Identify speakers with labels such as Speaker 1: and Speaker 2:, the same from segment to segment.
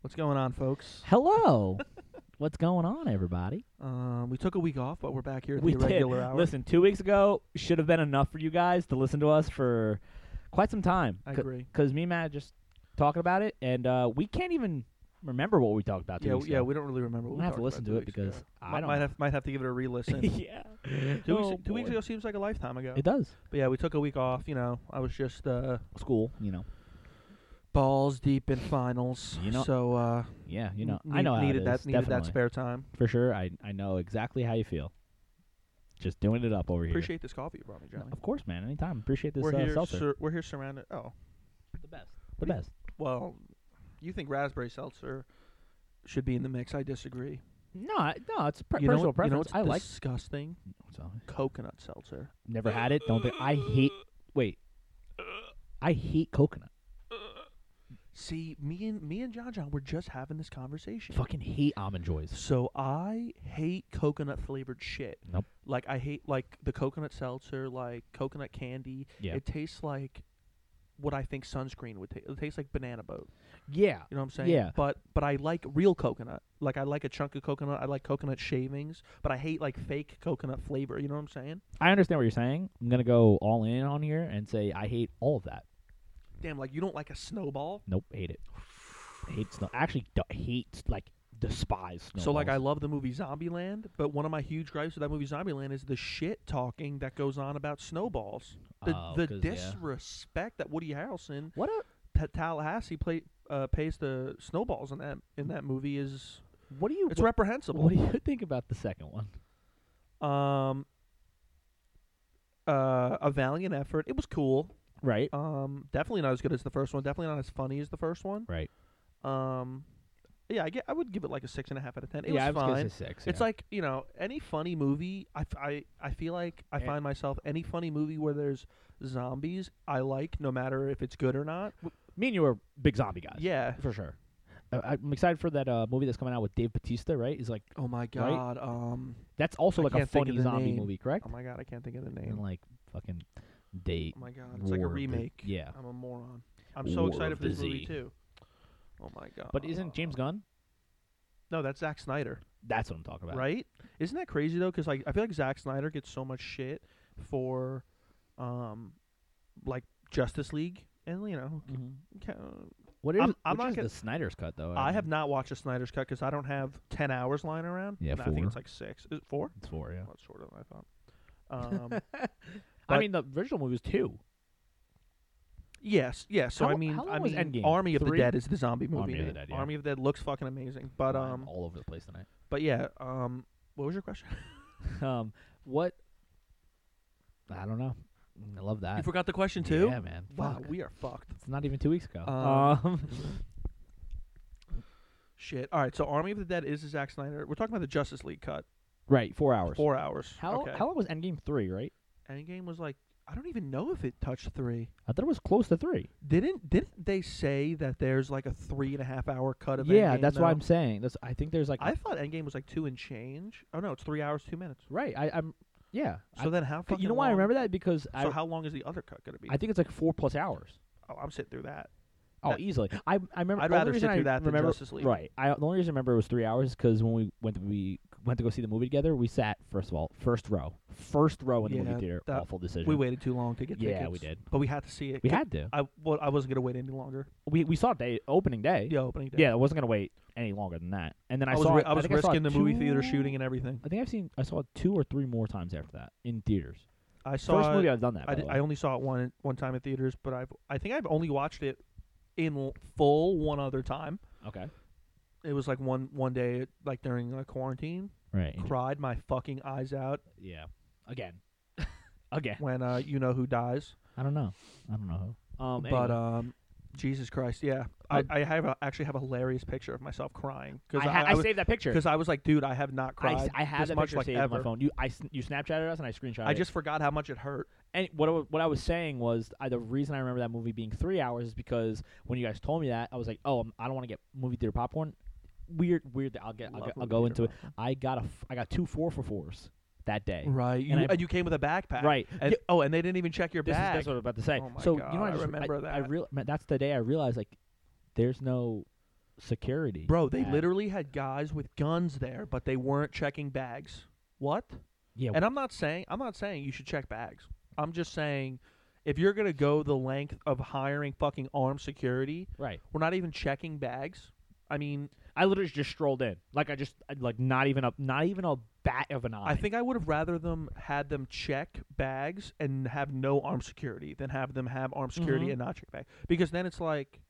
Speaker 1: What's going on, folks?
Speaker 2: Hello. What's going on, everybody?
Speaker 1: Um, we took a week off, but we're back here at
Speaker 2: we
Speaker 1: the regular
Speaker 2: did.
Speaker 1: hour.
Speaker 2: Listen, two weeks ago should have been enough for you guys to listen to us for quite some time.
Speaker 1: I
Speaker 2: C-
Speaker 1: agree.
Speaker 2: Cause me and Matt just talking about it, and uh, we can't even remember what we talked about. Two
Speaker 1: Yeah,
Speaker 2: weeks
Speaker 1: w- yeah,
Speaker 2: ago.
Speaker 1: we don't really remember. What
Speaker 2: I'm gonna have to
Speaker 1: we talked
Speaker 2: listen
Speaker 1: about
Speaker 2: to
Speaker 1: two
Speaker 2: it because
Speaker 1: weeks ago.
Speaker 2: I
Speaker 1: Mi-
Speaker 2: don't.
Speaker 1: might have might have to give it a re-listen. Two
Speaker 2: yeah. Oh,
Speaker 1: weeks, two weeks
Speaker 2: boy.
Speaker 1: ago seems like a lifetime ago.
Speaker 2: It does.
Speaker 1: But yeah, we took a week off. You know, I was just uh,
Speaker 2: School, you know.
Speaker 1: balls deep in finals.
Speaker 2: You know-
Speaker 1: so uh,
Speaker 2: Yeah, you know. I
Speaker 1: need-
Speaker 2: know how it
Speaker 1: needed that
Speaker 2: is,
Speaker 1: needed that
Speaker 2: definitely.
Speaker 1: spare time.
Speaker 2: for sure. I I know exactly how you feel. Just doing it up over here.
Speaker 1: Appreciate this coffee you brought me,
Speaker 2: No,
Speaker 1: Johnny.
Speaker 2: Of course, man. Anytime. Appreciate this
Speaker 1: we're
Speaker 2: uh,
Speaker 1: here.
Speaker 2: seltzer.
Speaker 1: sur- we're here surrounded. Oh,
Speaker 2: the best. The
Speaker 1: What do you-
Speaker 2: best.
Speaker 1: well, you think raspberry seltzer should be in the mix? I disagree.
Speaker 2: No, I- no, it's per-
Speaker 1: you know,
Speaker 2: personal
Speaker 1: what- you know
Speaker 2: preference.
Speaker 1: what's
Speaker 2: I like.
Speaker 1: disgusting?
Speaker 2: So,
Speaker 1: Coconut seltzer.
Speaker 2: never had it. Don't think. I hate. Wait. I hate coconut.
Speaker 1: See, me and me and John John were just having this conversation.
Speaker 2: Fucking hate almond joys.
Speaker 1: So I hate coconut flavored shit.
Speaker 2: Nope.
Speaker 1: Like I hate like the coconut seltzer, like coconut candy.
Speaker 2: Yeah.
Speaker 1: It tastes like what I think sunscreen would taste. It tastes like banana boat.
Speaker 2: yeah.
Speaker 1: You know what I'm saying?
Speaker 2: Yeah.
Speaker 1: But but I like real coconut. Like I like a chunk of coconut. I like coconut shavings, but I hate like fake coconut flavor. You know what I'm saying?
Speaker 2: I understand what you're saying. I'm gonna go all in on here and say I hate all of that.
Speaker 1: Damn, like you don't like a snowball.
Speaker 2: Nope. Hate it. Hate snow. Actually, d- hate like despise snow.
Speaker 1: So like I love the movie Zombieland, but one of my huge gripes with that movie Zombieland is the shit talking that goes on about snowballs. The
Speaker 2: Oh,
Speaker 1: the
Speaker 2: 'cause, yeah.
Speaker 1: disrespect that Woody Harrelson,
Speaker 2: what a
Speaker 1: Ta- Tallahassee play, uh, pays to snowballs in that in that movie is
Speaker 2: what do you
Speaker 1: it's
Speaker 2: what,
Speaker 1: reprehensible.
Speaker 2: what do you think about the second one?
Speaker 1: um, uh, a valiant effort. It was cool.
Speaker 2: Right.
Speaker 1: Um, definitely not as good as the first one. Definitely not as funny as the first one.
Speaker 2: Right.
Speaker 1: Um, yeah, I get. I would give it like a six and a half out of ten. It
Speaker 2: yeah,
Speaker 1: was
Speaker 2: I was
Speaker 1: fine.
Speaker 2: gonna say six.
Speaker 1: It's like you know any funny movie. I, f- I, I feel like I
Speaker 2: Eh.
Speaker 1: find myself any funny movie where there's zombies. I like no matter if it's good or not.
Speaker 2: me and you are big zombie guys.
Speaker 1: Yeah.
Speaker 2: for sure. I, I'm excited for that uh, movie that's coming out with Dave Batista. Right? He's like
Speaker 1: Oh my god.
Speaker 2: God,
Speaker 1: Um.
Speaker 2: that's also
Speaker 1: I
Speaker 2: like a
Speaker 1: can't think of
Speaker 2: funny
Speaker 1: the
Speaker 2: zombie
Speaker 1: name.
Speaker 2: movie, correct?
Speaker 1: Oh my god. I can't think of the
Speaker 2: and
Speaker 1: name.
Speaker 2: like fucking date.
Speaker 1: Oh my god. It's like
Speaker 2: War
Speaker 1: a
Speaker 2: of the-
Speaker 1: remake.
Speaker 2: yeah.
Speaker 1: I'm a moron. I'm so
Speaker 2: War
Speaker 1: excited
Speaker 2: of
Speaker 1: for this
Speaker 2: the
Speaker 1: movie
Speaker 2: Z.
Speaker 1: too. Oh my god.
Speaker 2: But isn't James Gunn?
Speaker 1: No, that's Zack Snyder,
Speaker 2: That's what I'm talking about.
Speaker 1: right? Isn't that crazy though? Because like I feel like Zack Snyder gets so much shit for, um, like Justice League, and you know,
Speaker 2: Mhm.
Speaker 1: ca-
Speaker 2: What is,
Speaker 1: I'm-
Speaker 2: which
Speaker 1: I'm not
Speaker 2: is
Speaker 1: gonna-
Speaker 2: the Snyder's cut though?
Speaker 1: I have
Speaker 2: don't-
Speaker 1: not watched the Snyder's Cut because I don't have ten hours lying around.
Speaker 2: Yeah,
Speaker 1: No, I think
Speaker 2: four.
Speaker 1: it's like six. Is it four?
Speaker 2: It's four, yeah.
Speaker 1: Well, that's shorter than I thought. Um,
Speaker 2: I
Speaker 1: But-
Speaker 2: mean, the original movie was two.
Speaker 1: yes, yes. So
Speaker 2: How-
Speaker 1: I mean,
Speaker 2: how long
Speaker 1: I
Speaker 2: was
Speaker 1: mean,
Speaker 2: Endgame?
Speaker 1: Army of
Speaker 2: Three?
Speaker 1: the Dead is the zombie movie.
Speaker 2: Army of the
Speaker 1: man.
Speaker 2: Dead, yeah.
Speaker 1: Army of the Dead looks fucking amazing. But
Speaker 2: I'm
Speaker 1: um,
Speaker 2: all over the place tonight.
Speaker 1: but yeah. Um, what was your question?
Speaker 2: Um, what? I don't know. I love that.
Speaker 1: you forgot the question too.
Speaker 2: yeah, man.
Speaker 1: Wow,
Speaker 2: Fuck.
Speaker 1: we are fucked.
Speaker 2: It's not even two weeks ago.
Speaker 1: Um,
Speaker 2: um
Speaker 1: Shit. All right. So Army of the Dead is the Zack Snyder. We're talking about the Justice League cut.
Speaker 2: Right, four hours.
Speaker 1: Four hours.
Speaker 2: How
Speaker 1: okay.
Speaker 2: how long was Endgame three? Right,
Speaker 1: Endgame was like I don't even know if it touched three.
Speaker 2: I thought it was close to three.
Speaker 1: Didn't didn't they say that there's like a three and a half hour cut of
Speaker 2: yeah,
Speaker 1: Endgame,
Speaker 2: that's
Speaker 1: though?
Speaker 2: what I'm saying. That's I think there's like
Speaker 1: I thought Endgame was like two and change. Oh no, it's three hours two minutes.
Speaker 2: right. I, I'm yeah.
Speaker 1: So then how?
Speaker 2: I,
Speaker 1: Fucking
Speaker 2: you know why I
Speaker 1: long-
Speaker 2: remember that because
Speaker 1: So
Speaker 2: I
Speaker 1: how long is the other cut gonna be?
Speaker 2: I think it's like four plus hours.
Speaker 1: oh, I'm sitting through that.
Speaker 2: Oh,
Speaker 1: That-
Speaker 2: easily. I I remember.
Speaker 1: I'd
Speaker 2: the only
Speaker 1: rather
Speaker 2: reason
Speaker 1: sit
Speaker 2: I
Speaker 1: through that than
Speaker 2: remember,
Speaker 1: Justice League.
Speaker 2: Right. I the only reason I remember it was three hours because when we went to we went to go see the movie together, we sat first of all first row, first row in the
Speaker 1: Yeah,
Speaker 2: movie theater.
Speaker 1: that-
Speaker 2: awful decision.
Speaker 1: We waited too long to get
Speaker 2: Yeah,
Speaker 1: tickets.
Speaker 2: we did.
Speaker 1: But we had to see it.
Speaker 2: We had to.
Speaker 1: I well, I wasn't gonna wait any longer.
Speaker 2: We we saw it day opening day.
Speaker 1: The opening day.
Speaker 2: Yeah, I wasn't gonna wait any longer than that. And then I,
Speaker 1: I, was
Speaker 2: saw
Speaker 1: ri-
Speaker 2: it,
Speaker 1: I was
Speaker 2: think saw
Speaker 1: risking the
Speaker 2: it
Speaker 1: movie theater
Speaker 2: two-
Speaker 1: shooting and everything.
Speaker 2: I think I've seen I saw it two or three more times after that in theaters.
Speaker 1: I saw.
Speaker 2: First
Speaker 1: it-
Speaker 2: movie I've done that.
Speaker 1: I,
Speaker 2: by
Speaker 1: di-
Speaker 2: the way.
Speaker 1: I only saw it one one time in theaters, but I've I think I've only watched it in l- full one other time.
Speaker 2: okay.
Speaker 1: It was like one one day, like during uh, quarantine,
Speaker 2: Right.
Speaker 1: cried my fucking eyes out
Speaker 2: Yeah. Again. Again.
Speaker 1: when uh, you know who dies.
Speaker 2: I don't know. I don't know who. Um.
Speaker 1: but um, Jesus Christ, yeah, I,
Speaker 2: Um,
Speaker 1: I have a, actually have a hilarious picture of myself crying because
Speaker 2: I, ha-
Speaker 1: I,
Speaker 2: I
Speaker 1: was
Speaker 2: saved that picture.
Speaker 1: because I was like, dude, I have not
Speaker 2: I,
Speaker 1: cried
Speaker 2: s- I had
Speaker 1: this
Speaker 2: that
Speaker 1: much
Speaker 2: picture
Speaker 1: like
Speaker 2: saved on
Speaker 1: ever.
Speaker 2: my phone. You I s- you Snapchatted us and I screenshot.
Speaker 1: I just forgot how much it hurt.
Speaker 2: and what I, wa- what I was saying was I, the reason I remember that movie being three hours is because when you guys told me that I was like, oh, I'm, I do not want to get movie theater popcorn. Weird, weird. I'll get. I'll,
Speaker 1: Love
Speaker 2: get, I'll
Speaker 1: movie
Speaker 2: go
Speaker 1: theater
Speaker 2: into it. I got a. F- I got two four for fours that day.
Speaker 1: Right, you,
Speaker 2: I-
Speaker 1: and, you came with a backpack,
Speaker 2: Right.
Speaker 1: And,
Speaker 2: Yeah,
Speaker 1: Oh, and they didn't even check your
Speaker 2: this is,
Speaker 1: bag.
Speaker 2: that's what I was about to say.
Speaker 1: Oh my
Speaker 2: so
Speaker 1: God,
Speaker 2: you know,
Speaker 1: I
Speaker 2: I, just,
Speaker 1: remember
Speaker 2: I, I
Speaker 1: that.
Speaker 2: real, man, that's the day I realized like, there's no security.
Speaker 1: Bro, they
Speaker 2: at-
Speaker 1: literally had guys with guns there, but they weren't checking bags. What?
Speaker 2: Yeah,
Speaker 1: And I'm not saying I'm not saying you should check bags. I'm just saying if you're gonna go the length of hiring fucking armed security,
Speaker 2: right.
Speaker 1: we're not even checking bags. I mean,
Speaker 2: I literally just strolled in. Like I just like not even a not even a bat of an eye.
Speaker 1: I think I would have rather them had them check bags and have no armed security than have them have armed security
Speaker 2: Mhm.
Speaker 1: and not check bag. Because then it's like,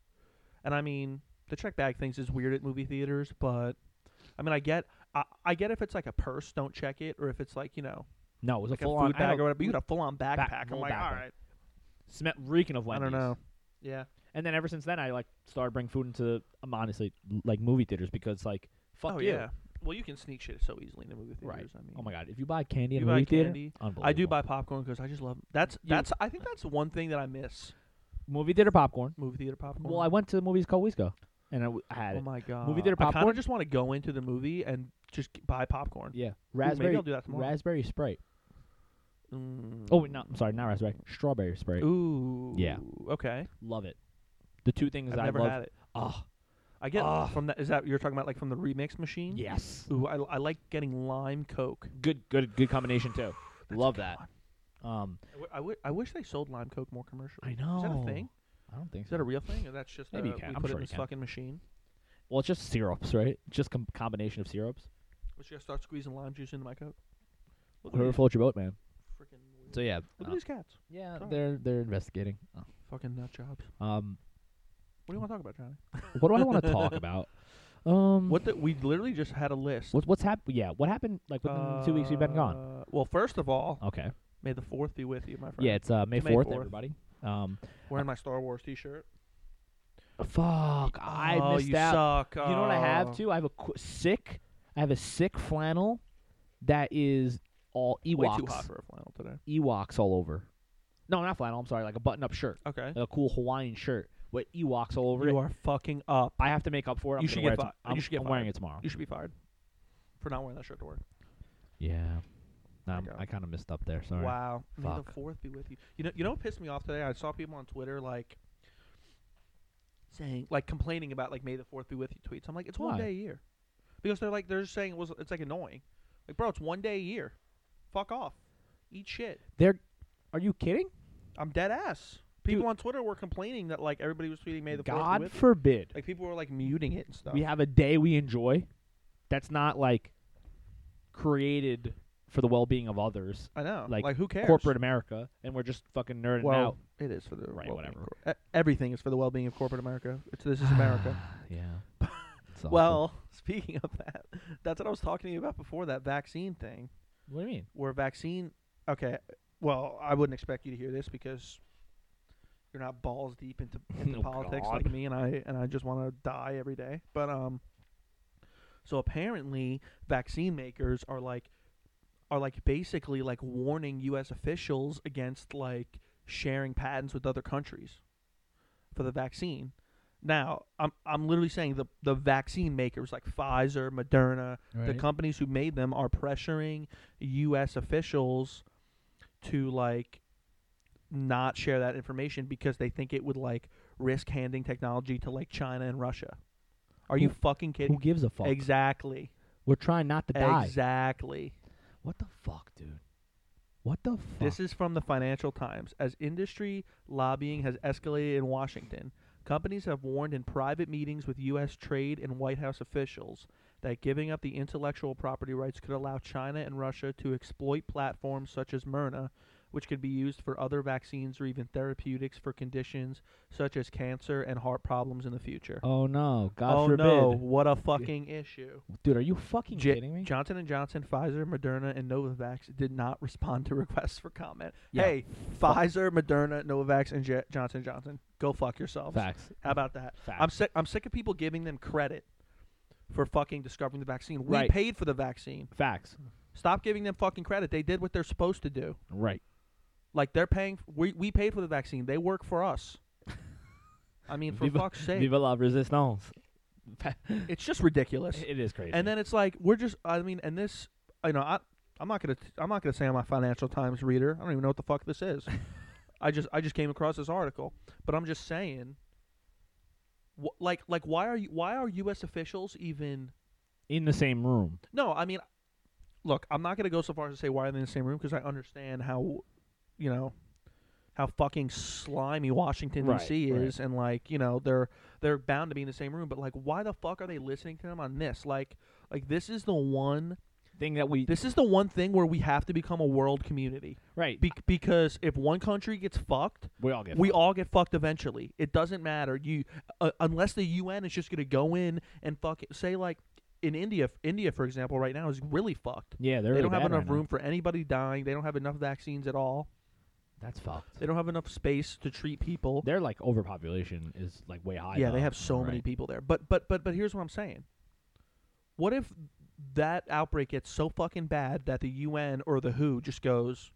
Speaker 1: and I mean, the check bag things is weird at movie theaters, but I mean, I get, I, I get if it's like a purse, don't check it, or if it's like you know,
Speaker 2: no, it was
Speaker 1: like
Speaker 2: a
Speaker 1: a
Speaker 2: full
Speaker 1: food
Speaker 2: on
Speaker 1: bag or whatever. You got a full on backpack. I'm
Speaker 2: full
Speaker 1: like, all
Speaker 2: backpack.
Speaker 1: right,
Speaker 2: Sm- reeking of
Speaker 1: I
Speaker 2: Wendy's.
Speaker 1: don't know. Yeah,
Speaker 2: And then ever since then, I like started bringing food into um, honestly like movie theaters because like fuck
Speaker 1: oh
Speaker 2: you.
Speaker 1: yeah. Well, you can sneak shit so easily in the movie
Speaker 2: Right.
Speaker 1: theaters. I mean,
Speaker 2: Oh my god, if you buy candy in
Speaker 1: You
Speaker 2: a
Speaker 1: buy
Speaker 2: movie
Speaker 1: candy.
Speaker 2: theater, unbelievable.
Speaker 1: I do buy popcorn because I just love. That's
Speaker 2: You-
Speaker 1: that's. I think that's one thing that I miss.
Speaker 2: movie theater popcorn.
Speaker 1: Movie theater popcorn.
Speaker 2: Well, I went to the movies a couple weeks ago, and I, w- I had
Speaker 1: Oh
Speaker 2: it.
Speaker 1: my god!
Speaker 2: theater
Speaker 1: I kind
Speaker 2: popcorn?
Speaker 1: of just want to go into the movie and just g- buy popcorn.
Speaker 2: Yeah,
Speaker 1: maybe
Speaker 2: raspberry.
Speaker 1: I'll do that tomorrow.
Speaker 2: Raspberry Sprite.
Speaker 1: Mm.
Speaker 2: Oh wait, no, I'm sorry, not raspberry. Strawberry Sprite.
Speaker 1: Ooh.
Speaker 2: Yeah.
Speaker 1: Okay.
Speaker 2: Love it. The two things
Speaker 1: I've
Speaker 2: I
Speaker 1: never
Speaker 2: love.
Speaker 1: had it.
Speaker 2: Oh,
Speaker 1: I get
Speaker 2: Ah.
Speaker 1: from that. Is that you're talking about like from the remix machine?
Speaker 2: yes.
Speaker 1: Ooh, I, I like getting lime coke.
Speaker 2: Good, good, good combination too.
Speaker 1: That's a
Speaker 2: love
Speaker 1: good
Speaker 2: that.
Speaker 1: one.
Speaker 2: Um,
Speaker 1: I, w- I, w- I wish they sold lime coke more commercially.
Speaker 2: I know.
Speaker 1: Is that a thing?
Speaker 2: I don't think
Speaker 1: Is
Speaker 2: so.
Speaker 1: that a real thing, or that's just
Speaker 2: Maybe you
Speaker 1: uh,
Speaker 2: can.
Speaker 1: we
Speaker 2: I'm
Speaker 1: put
Speaker 2: sure
Speaker 1: it in
Speaker 2: you
Speaker 1: this
Speaker 2: can.
Speaker 1: fucking machine?
Speaker 2: well, it's just syrups, right? Just com- combination of syrups.
Speaker 1: Let's just start squeezing lime juice into my coke. Look at
Speaker 2: Whoever
Speaker 1: these
Speaker 2: floats your boat, man.
Speaker 1: freaking weird-
Speaker 2: So yeah,
Speaker 1: Look
Speaker 2: uh,
Speaker 1: at these cats.
Speaker 2: yeah,
Speaker 1: Sorry.
Speaker 2: they're they're investigating.
Speaker 1: Fucking nut jobs.
Speaker 2: Oh. Um,
Speaker 1: What do you want to talk about, Johnny?
Speaker 2: what do I want to talk about? Um,
Speaker 1: What the, we literally just had a list.
Speaker 2: what, what's happened? Yeah, what happened? Like within the two weeks we've been gone.
Speaker 1: Uh, Well, first of all,
Speaker 2: Okay.
Speaker 1: may the fourth be with you, my friend.
Speaker 2: Yeah, it's uh, May
Speaker 1: Uh, May
Speaker 2: fourth,
Speaker 1: 4th.
Speaker 2: everybody. Um,
Speaker 1: Wearing my Star Wars T-shirt.
Speaker 2: fuck, I
Speaker 1: oh,
Speaker 2: missed
Speaker 1: you
Speaker 2: out.
Speaker 1: Suck.
Speaker 2: You know what I
Speaker 1: Oh.
Speaker 2: have too? I have a qu- sick. I have a sick flannel that is all
Speaker 1: Oh. Way
Speaker 2: Ewoks.
Speaker 1: too hot for a flannel today.
Speaker 2: Ewoks all over. No, not flannel. I'm sorry. Like a button-up shirt,
Speaker 1: Okay.
Speaker 2: like a cool Hawaiian shirt with Ewoks all over
Speaker 1: You
Speaker 2: it.
Speaker 1: are fucking up.
Speaker 2: I have to make up for it. I'm
Speaker 1: You
Speaker 2: gonna
Speaker 1: should
Speaker 2: wear
Speaker 1: get
Speaker 2: it
Speaker 1: fi-
Speaker 2: to- I'm,
Speaker 1: you should get
Speaker 2: I'm wearing
Speaker 1: fired.
Speaker 2: it tomorrow.
Speaker 1: You should be fired for not wearing that shirt to work.
Speaker 2: Yeah. Um,
Speaker 1: God.
Speaker 2: I kind of missed up there. Sorry.
Speaker 1: Wow. May the
Speaker 2: Fuck.
Speaker 1: fourth be with you. You know, you know what pissed me off today? I saw people on Twitter like saying, like complaining about like May the Fourth be with you tweets. I'm like, it's one
Speaker 2: Why?
Speaker 1: day a year, because they're like they're just saying it was it's like annoying. Like, bro, it's one day a year. Fuck off. Eat shit.
Speaker 2: They're. Are you kidding?
Speaker 1: I'm dead ass. People
Speaker 2: Dude.
Speaker 1: on Twitter were complaining that like everybody was tweeting May the Fourth. be
Speaker 2: God
Speaker 1: with you.
Speaker 2: forbid
Speaker 1: Like people were like muting it and stuff.
Speaker 2: we have a day we enjoy. That's not like created for the well-being of others,
Speaker 1: I know. Like,
Speaker 2: like,
Speaker 1: who cares?
Speaker 2: corporate America, and we're just fucking nerding
Speaker 1: Well,
Speaker 2: out.
Speaker 1: it is for the
Speaker 2: Right,
Speaker 1: well-being of
Speaker 2: whatever.
Speaker 1: cor- e- everything is for the well-being of corporate America. It's this is America.
Speaker 2: yeah. It's awful.
Speaker 1: Well, speaking of that, that's what I was talking to you about before that vaccine thing,
Speaker 2: what do you mean?
Speaker 1: where vaccine. Okay, well, I wouldn't expect you to hear this because you're not balls deep into, into
Speaker 2: Oh,
Speaker 1: politics
Speaker 2: God.
Speaker 1: like me, and I and I just want to die every day. But um, so apparently, vaccine makers are like are like basically like warning U.S. officials against like sharing patents with other countries for the vaccine. Now, I'm I'm literally saying the the vaccine makers like Pfizer, Moderna, the companies who made them are pressuring U.S. officials to like not share that information because they think it would like risk handing technology to like China and Russia. Are you
Speaker 2: Who-
Speaker 1: fucking
Speaker 2: Who
Speaker 1: kidding?
Speaker 2: gives a fuck?
Speaker 1: Exactly.
Speaker 2: we're trying not to die.
Speaker 1: Exactly.
Speaker 2: What the fuck, dude? What the fuck?
Speaker 1: This is from the Financial Times. As industry lobbying has escalated in Washington, companies have warned in private meetings with U.S. trade and White House officials that giving up the intellectual property rights could allow China and Russia to exploit platforms such as Myrna, which could be used for other vaccines or even therapeutics for conditions such as cancer and heart problems in the future.
Speaker 2: oh no, God
Speaker 1: oh
Speaker 2: forbid,
Speaker 1: no, what a fucking issue.
Speaker 2: dude. Are you fucking
Speaker 1: J-
Speaker 2: kidding me?
Speaker 1: Johnson and Johnson, Pfizer, Moderna, and Novavax did not respond to requests for comment.
Speaker 2: Yeah.
Speaker 1: Hey, Pfizer, Moderna, Novavax, and J- Johnson and Johnson, go fuck yourselves.
Speaker 2: Facts.
Speaker 1: How about that?
Speaker 2: Facts.
Speaker 1: I'm sick. I'm sick of people giving them credit for fucking discovering the vaccine. We
Speaker 2: Right.
Speaker 1: paid for the vaccine.
Speaker 2: Facts.
Speaker 1: Stop giving them fucking credit. They did what they're supposed to do.
Speaker 2: Right.
Speaker 1: Like they're paying. We we paid for the vaccine. They work for us. I mean, for
Speaker 2: Viva-
Speaker 1: fuck's sake,
Speaker 2: Viva la resistance.
Speaker 1: it's just ridiculous.
Speaker 2: it is crazy.
Speaker 1: And then it's like we're just I mean, and this you know, I I'm not gonna I'm not gonna say I'm a Financial Times reader. I don't even know what the fuck this is. I just I just came across this article. But I'm just saying Wh- like like why are you why are U.S. officials even?
Speaker 2: in the same room.
Speaker 1: No, I mean, look, I'm not gonna go so far as to say why they're in the same room because I understand how, you know, how fucking slimy Washington
Speaker 2: Right,
Speaker 1: D.C.
Speaker 2: right.
Speaker 1: is, and like you know they're they're bound to be in the same room. But like, why the fuck are they listening to them on this? Like like this is the one
Speaker 2: Thing that we
Speaker 1: this is the one thing where we have to become a world community
Speaker 2: right,
Speaker 1: Be- because if one country gets fucked
Speaker 2: we all get
Speaker 1: we
Speaker 2: fucked.
Speaker 1: all get fucked eventually. It doesn't matter. You uh, unless the UN is just going to go in and fuck it. say like in India, India for example, right now is really fucked.
Speaker 2: yeah they're
Speaker 1: they
Speaker 2: really
Speaker 1: don't have
Speaker 2: bad
Speaker 1: enough
Speaker 2: right now.
Speaker 1: room for anybody dying. They don't have enough vaccines at all.
Speaker 2: That's fucked.
Speaker 1: They don't have enough space to treat people.
Speaker 2: Their like overpopulation is like way high.
Speaker 1: yeah,
Speaker 2: though.
Speaker 1: they have so many
Speaker 2: Right.
Speaker 1: people there. But but but but here's what I'm saying. What if that outbreak gets so fucking bad that the UN or the WHO just goes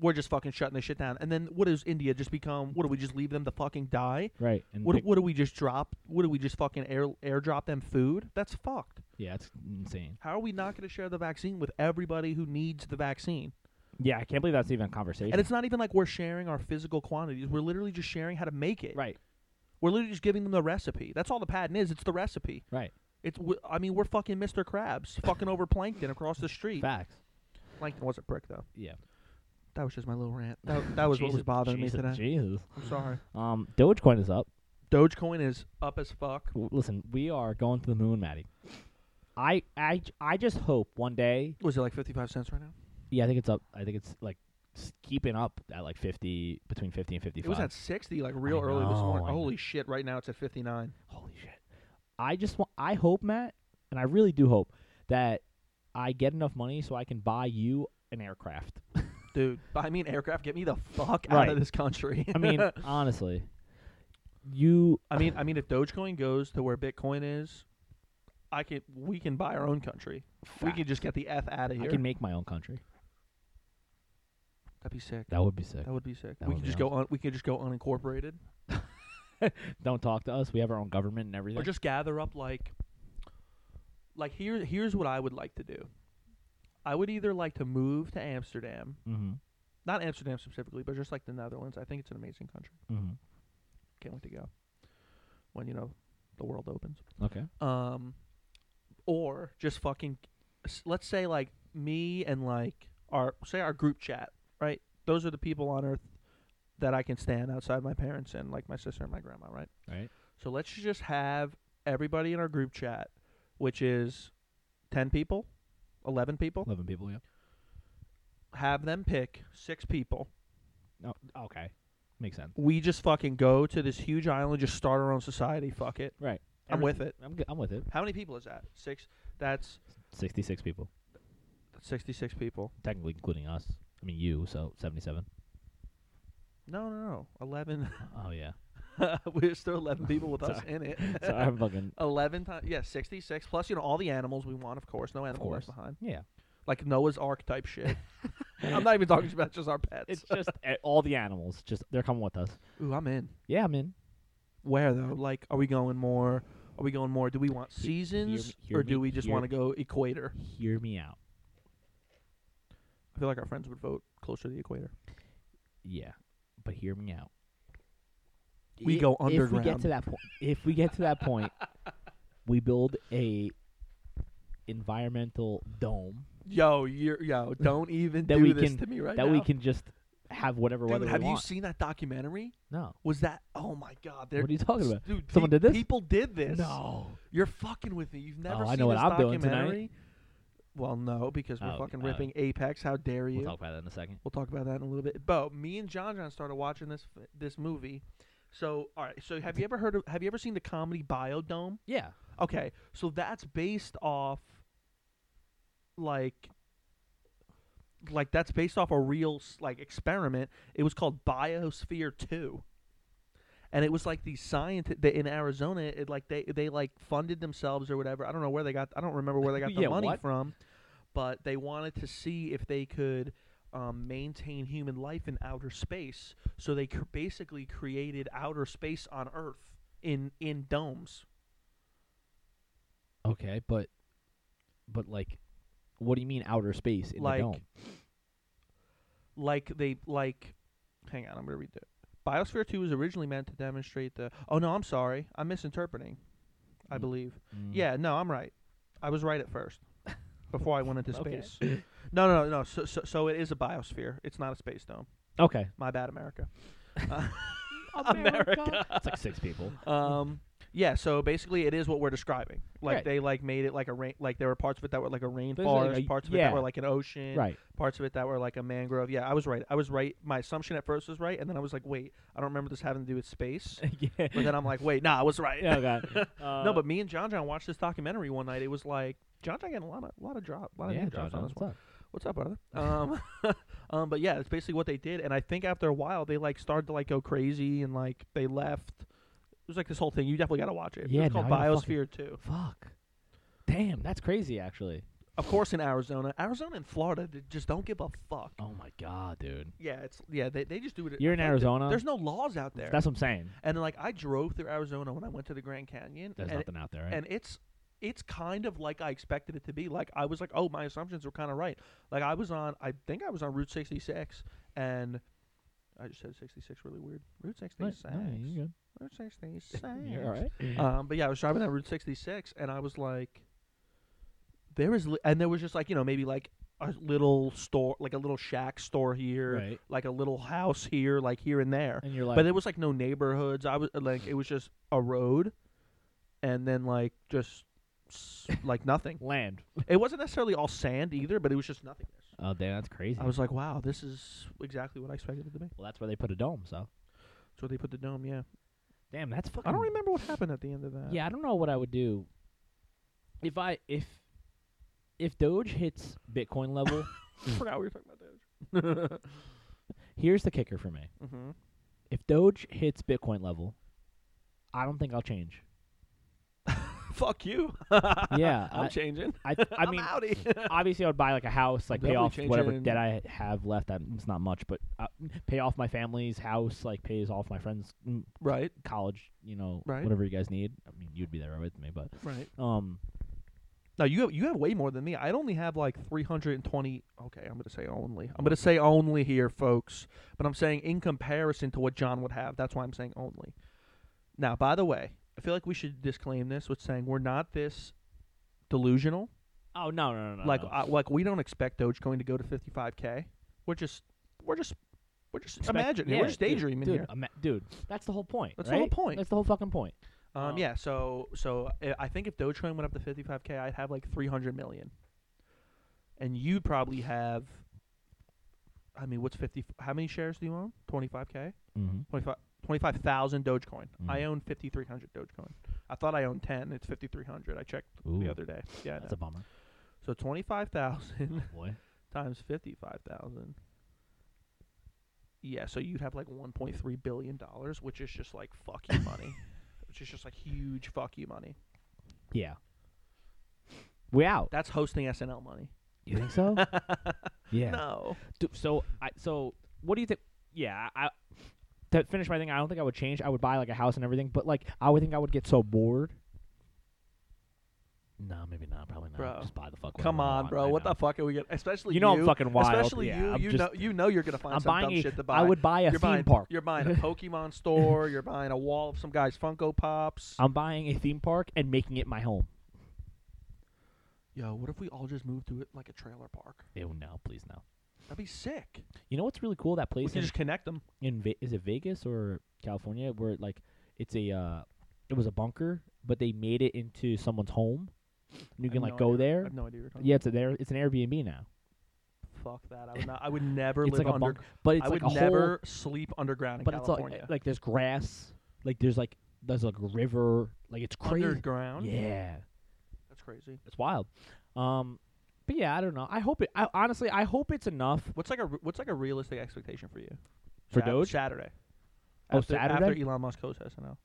Speaker 1: we're just fucking shutting this shit down. And then what does India just become? What do we just leave them to fucking die?
Speaker 2: Right. And
Speaker 1: What,
Speaker 2: pick-
Speaker 1: what do we just drop? What do we just fucking air airdrop them food? That's fucked.
Speaker 2: yeah, it's insane.
Speaker 1: How are we not going to share the vaccine with everybody who needs the vaccine?
Speaker 2: Yeah, I can't believe that's even a conversation.
Speaker 1: And it's not even like we're sharing our physical quantities. We're literally just sharing how to make it.
Speaker 2: right,
Speaker 1: We're literally just giving them the recipe. That's all the patent is. It's the recipe.
Speaker 2: right.
Speaker 1: It's. w- I mean, we're fucking Mr. Krabs, fucking over Plankton across the street.
Speaker 2: Facts.
Speaker 1: Plankton was a prick though.
Speaker 2: Yeah.
Speaker 1: That was just my little rant. That, that was what was
Speaker 2: Jesus-
Speaker 1: bothering
Speaker 2: Jesus,
Speaker 1: me today.
Speaker 2: Jesus.
Speaker 1: I'm sorry.
Speaker 2: Um, Dogecoin is up.
Speaker 1: Dogecoin is up as fuck.
Speaker 2: W- Listen, we are going to the moon, Maddie. I I j- I just hope one day.
Speaker 1: Was it like 55 cents right now?
Speaker 2: Yeah, I think it's up. I think it's like s- keeping up at like fifty between fifty and fifty-five.
Speaker 1: It was at 60 like real
Speaker 2: I
Speaker 1: early this
Speaker 2: know,
Speaker 1: morning.
Speaker 2: I know.
Speaker 1: Holy shit, right now it's at 59.
Speaker 2: Holy shit! I just want. I hope Matt, and I really do hope that I get enough money so I can buy you an aircraft.
Speaker 1: Dude, I mean aircraft, get me the fuck out
Speaker 2: Right.
Speaker 1: of this country.
Speaker 2: I mean, honestly, you.
Speaker 1: I mean, I mean if Dogecoin goes to where Bitcoin is, I can we can buy our own country. We
Speaker 2: Fact.
Speaker 1: can just get the f out of
Speaker 2: I
Speaker 1: here.
Speaker 2: can make my own country.
Speaker 1: That'd be sick.
Speaker 2: That would be sick.
Speaker 1: That would be sick.
Speaker 2: that
Speaker 1: we
Speaker 2: would
Speaker 1: can
Speaker 2: be
Speaker 1: just go un, we can just go unincorporated
Speaker 2: Don't talk to us. We have our own government and everything.
Speaker 1: or just gather up like like here here's what I would like to do. I would either like to move to Amsterdam,
Speaker 2: mm-hmm.
Speaker 1: not Amsterdam specifically, but just like the Netherlands. I think it's an amazing country.
Speaker 2: Mm-hmm.
Speaker 1: Can't wait to go when you know the world opens.
Speaker 2: Okay.
Speaker 1: Um, or just fucking s- let's say like me and like our say our group chat, right? Those are the people on Earth that I can stand outside my parents and like my sister and my grandma, right?
Speaker 2: Right.
Speaker 1: So let's just have everybody in our group chat, which is ten people, eleven people,
Speaker 2: Eleven people. Yeah.
Speaker 1: have them pick six people.
Speaker 2: No. Oh, Okay. Makes sense.
Speaker 1: We just fucking go to this huge island, just start our own society. Fuck it.
Speaker 2: Right.
Speaker 1: I'm with it.
Speaker 2: I'm. G- I'm with it.
Speaker 1: How many people is that? Six. That's
Speaker 2: Sixty-six people,
Speaker 1: sixty-six people.
Speaker 2: technically including us. I mean you. So seventy-seven.
Speaker 1: No, no, no. Eleven.
Speaker 2: Oh yeah.
Speaker 1: We're still eleven people with us
Speaker 2: Sorry.
Speaker 1: in it.
Speaker 2: so I'm fucking.
Speaker 1: eleven times. Yeah, sixty-six plus. You know all the animals we want, of course. No animal left
Speaker 2: course.
Speaker 1: behind.
Speaker 2: Yeah.
Speaker 1: Like Noah's Ark type shit. I'm not even talking about just our pets.
Speaker 2: It's just uh, all the animals. Just they're coming with us.
Speaker 1: Ooh, I'm in.
Speaker 2: Yeah, I'm in.
Speaker 1: Where though? Like, are we going more? Are we going more? Do we want
Speaker 2: hear
Speaker 1: seasons,
Speaker 2: me- hear
Speaker 1: or do
Speaker 2: me-
Speaker 1: we just
Speaker 2: hear-
Speaker 1: want to go equator?
Speaker 2: Hear me out.
Speaker 1: I feel like our friends would vote closer to the equator.
Speaker 2: Yeah, but hear me out.
Speaker 1: We go
Speaker 2: If we get
Speaker 1: underground.
Speaker 2: to that point, if we get to that point, we build a environmental dome
Speaker 1: Yo, you're, yo, don't even
Speaker 2: That
Speaker 1: do
Speaker 2: we
Speaker 1: this
Speaker 2: can-
Speaker 1: to me right
Speaker 2: that
Speaker 1: now.
Speaker 2: we can just have whatever
Speaker 1: Dude,
Speaker 2: weather
Speaker 1: have
Speaker 2: we
Speaker 1: you
Speaker 2: want.
Speaker 1: seen that documentary?
Speaker 2: no.
Speaker 1: Was that? Oh my God! They're,
Speaker 2: What are you talking
Speaker 1: s-
Speaker 2: about?
Speaker 1: Dude,
Speaker 2: Someone
Speaker 1: pe-
Speaker 2: did this?
Speaker 1: People did this.
Speaker 2: No.
Speaker 1: You're fucking with me. You've never
Speaker 2: Oh, I
Speaker 1: seen
Speaker 2: know what
Speaker 1: this
Speaker 2: I'm doing tonight.
Speaker 1: documentary. Well, no, because we're
Speaker 2: Oh,
Speaker 1: fucking
Speaker 2: oh.
Speaker 1: ripping Apex. How dare you?
Speaker 2: We'll talk about that in a second.
Speaker 1: We'll talk about that in a little bit. Bo, me and John John started watching this f- this movie. So, all right. So, have you ever heard of? Have you ever seen the comedy Biodome?
Speaker 2: Yeah.
Speaker 1: Okay, so that's based off, like, like that's based off a real s- like experiment. It was called Biosphere Two, and it was like these scientists in Arizona. It like they they like funded themselves or whatever. I don't know where they got. I don't remember where they got the
Speaker 2: Yeah,
Speaker 1: money
Speaker 2: what?
Speaker 1: from, but they wanted to see if they could. Um, maintain human life in outer space, so they cr- basically created outer space on Earth in in domes.
Speaker 2: Okay, but but like, what do you mean outer space in
Speaker 1: Like-
Speaker 2: the dome?
Speaker 1: like they like hang on i'm gonna read it Biosphere 2 was originally meant to demonstrate the. Oh, no, I'm sorry. I'm misinterpreting, I
Speaker 2: Mm.
Speaker 1: believe.
Speaker 2: Mm.
Speaker 1: Yeah, no, I'm right. I was right at first before I went into
Speaker 2: Okay.
Speaker 1: space. No, no, no. So, so, so it is a biosphere. It's not a space dome.
Speaker 2: Okay.
Speaker 1: My bad, America.
Speaker 2: America. it's like six people.
Speaker 1: Um, yeah, so basically, it is what we're describing. Like
Speaker 2: Right.
Speaker 1: they like made it like a rain. Like there were parts of it that were like a
Speaker 2: like,
Speaker 1: rainforest,
Speaker 2: a-
Speaker 1: parts of it
Speaker 2: yeah.
Speaker 1: that were like an ocean,
Speaker 2: Right.
Speaker 1: parts of it that were like a mangrove. Yeah, I was right. I was right. My assumption at first was right, and then I was like, wait, I don't remember this having to do with space.
Speaker 2: yeah.
Speaker 1: but then I'm like, wait, nah, I was right.
Speaker 2: Oh god. Uh,
Speaker 1: no, but me and John John watched this documentary one night. It was like John John getting a lot of lot of drop, lot of
Speaker 2: yeah,
Speaker 1: name drops
Speaker 2: John,
Speaker 1: on this
Speaker 2: what's up?
Speaker 1: What's up, brother? Um, um, but yeah, it's basically what they did, and I think after a while they like started to like go crazy and like they left. It was like this whole thing. You definitely got to watch it.
Speaker 2: Yeah,
Speaker 1: it's called
Speaker 2: now I gotta fucking-
Speaker 1: Biosphere Two.
Speaker 2: Fuck. Damn, that's crazy. Actually.
Speaker 1: Of course, in Arizona, Arizona and Florida, they just don't give a fuck.
Speaker 2: Oh my god, dude.
Speaker 1: Yeah, it's yeah, they, they just do it.
Speaker 2: You're in
Speaker 1: like, th-
Speaker 2: Arizona?
Speaker 1: There's no laws out there.
Speaker 2: That's what I'm saying.
Speaker 1: and like I drove through Arizona when I went to the Grand Canyon,
Speaker 2: There's
Speaker 1: and,
Speaker 2: nothing out there, right?
Speaker 1: and it's it's kind of like I expected it to be. Like I was like, oh, my assumptions were kind of right. Like I was on, I think I was on Route 66, and I just said 66 really weird. Route 66.
Speaker 2: Right, no, you're good.
Speaker 1: Route 66.
Speaker 2: You're all right.
Speaker 1: Um, but yeah, I was driving on Route 66, and I was like, there is, li- and there was just like you know maybe like a little store, like a little shack store here,
Speaker 2: right.
Speaker 1: like a little house here, like here and there
Speaker 2: And you're like,
Speaker 1: but it was like no neighborhoods. I was like, it was just a road, and then like just s- like nothing.
Speaker 2: land.
Speaker 1: It wasn't necessarily all sand either, but it was just nothingness.
Speaker 2: Oh damn, that's crazy.
Speaker 1: I was like, wow, this is exactly what I expected it to be.
Speaker 2: well, that's where they put a dome. So.
Speaker 1: So they put the dome. Yeah,
Speaker 2: Damn, that's fucking.
Speaker 1: I don't remember what happened at the end of that.
Speaker 2: Yeah, I don't know what I would do. If I if if Doge hits Bitcoin level,
Speaker 1: I forgot we were talking about that.
Speaker 2: here's the kicker for me.
Speaker 1: mm-hmm.
Speaker 2: If Doge hits Bitcoin level, I don't think I'll change.
Speaker 1: Fuck you.
Speaker 2: Yeah,
Speaker 1: I'm
Speaker 2: I-
Speaker 1: changing.
Speaker 2: I th- I
Speaker 1: I'm
Speaker 2: mean,
Speaker 1: outie.
Speaker 2: obviously I would buy like a house, like
Speaker 1: I'm
Speaker 2: pay off
Speaker 1: definitely
Speaker 2: whatever
Speaker 1: changing-
Speaker 2: debt I have left. I, it's not much, but uh, pay off my family's house, like pays off my friends' mm,
Speaker 1: right,
Speaker 2: college, you know,
Speaker 1: Right.
Speaker 2: whatever you guys need. I mean, you'd be there with me, but
Speaker 1: right.
Speaker 2: um,
Speaker 1: Now you have you have way more than me. I only have like 320. Okay, I'm gonna say only. I'm gonna say only here, folks. But I'm saying in comparison to what John would have. That's why I'm saying only. Now, by the way, I feel like we should disclaim this with saying we're not this delusional.
Speaker 2: oh no, no, no, no
Speaker 1: like
Speaker 2: no.
Speaker 1: I, like we don't expect Dogecoin to go to 55k. We're just we're just we're just
Speaker 2: Expect-
Speaker 1: imagining.
Speaker 2: yeah,
Speaker 1: we're just
Speaker 2: dude,
Speaker 1: daydreaming
Speaker 2: dude,
Speaker 1: here.
Speaker 2: ima- dude, that's the whole point.
Speaker 1: That's the whole
Speaker 2: right?
Speaker 1: point.
Speaker 2: That's the whole fucking point.
Speaker 1: Um,
Speaker 2: Um,
Speaker 1: yeah, so so eh, I- I think if Dogecoin went up to 55k, I'd have like 300 million. And you probably have I mean, what's 50 how many shares do you own? 25k?
Speaker 2: Mm-hmm.
Speaker 1: 25 25,000 Dogecoin. I
Speaker 2: Mhm.
Speaker 1: own 5300 Dogecoin. I thought I owned 10, it's 5300. I checked
Speaker 2: Ooh.
Speaker 1: the other day. Yeah. I
Speaker 2: That's a
Speaker 1: know.
Speaker 2: bummer.
Speaker 1: so 25,000
Speaker 2: Boy.
Speaker 1: times 55,000. Yeah, so you'd have like 1.3 billion dollars, which is just like fuck you money. Which is just like huge fuck you money.
Speaker 2: Yeah. We out.
Speaker 1: That's hosting SNL money.
Speaker 2: You think so? yeah.
Speaker 1: No.
Speaker 2: Du- so I so what do you think? Yeah, I to finish my thing, I don't think I would change. I would buy like a house and everything, but like I would think I would get so bored. No, maybe not. Probably not.
Speaker 1: Bro.
Speaker 2: Just buy the fuck.
Speaker 1: Come
Speaker 2: whatever I
Speaker 1: on,
Speaker 2: want,
Speaker 1: bro.
Speaker 2: I
Speaker 1: What
Speaker 2: know.
Speaker 1: the fuck are we gonna especially
Speaker 2: You know I'm fucking wild.
Speaker 1: Especially
Speaker 2: yeah,
Speaker 1: you.
Speaker 2: I'm
Speaker 1: you
Speaker 2: just,
Speaker 1: know you know you're gonna find
Speaker 2: I'm
Speaker 1: some
Speaker 2: buying
Speaker 1: dumb
Speaker 2: a-
Speaker 1: shit to buy.
Speaker 2: I would buy a
Speaker 1: you're
Speaker 2: theme
Speaker 1: buying,
Speaker 2: park.
Speaker 1: You're buying a Pokemon store, you're buying a wall of some guy's Funko Pops.
Speaker 2: I'm buying a theme park and making it my home.
Speaker 1: Yo, what if we all just moved to it like a trailer park?
Speaker 2: Ew, no, please no.
Speaker 1: That'd be sick.
Speaker 2: You know what's really cool? That
Speaker 1: We
Speaker 2: place
Speaker 1: can
Speaker 2: in,
Speaker 1: just connect them.
Speaker 2: in Ve- is it Vegas or California where like it's a uh, it was a bunker, but they made it into someone's home. And you can like go
Speaker 1: I
Speaker 2: there.
Speaker 1: have no idea. what You're talking
Speaker 2: Yeah, it's a there. It's an Airbnb now.
Speaker 1: About. Fuck that. I would not. I would never
Speaker 2: it's
Speaker 1: live
Speaker 2: like a
Speaker 1: under.
Speaker 2: bunk, but it's
Speaker 1: I
Speaker 2: like
Speaker 1: would
Speaker 2: a
Speaker 1: never
Speaker 2: whole.
Speaker 1: sleep underground in
Speaker 2: But it's
Speaker 1: California.
Speaker 2: like like there's grass. Like there's like there's like a river. Like it's crazy.
Speaker 1: underground.
Speaker 2: Yeah,
Speaker 1: That's crazy.
Speaker 2: it's wild. Um, but yeah, I don't know. I hope it. I honestly, I hope it's enough.
Speaker 1: What's like a re- what's like a realistic expectation for you?
Speaker 2: For
Speaker 1: Sat-
Speaker 2: Doge?
Speaker 1: Saturday.
Speaker 2: Oh,
Speaker 1: after,
Speaker 2: Saturday?
Speaker 1: After Elon Musk hosts SNL.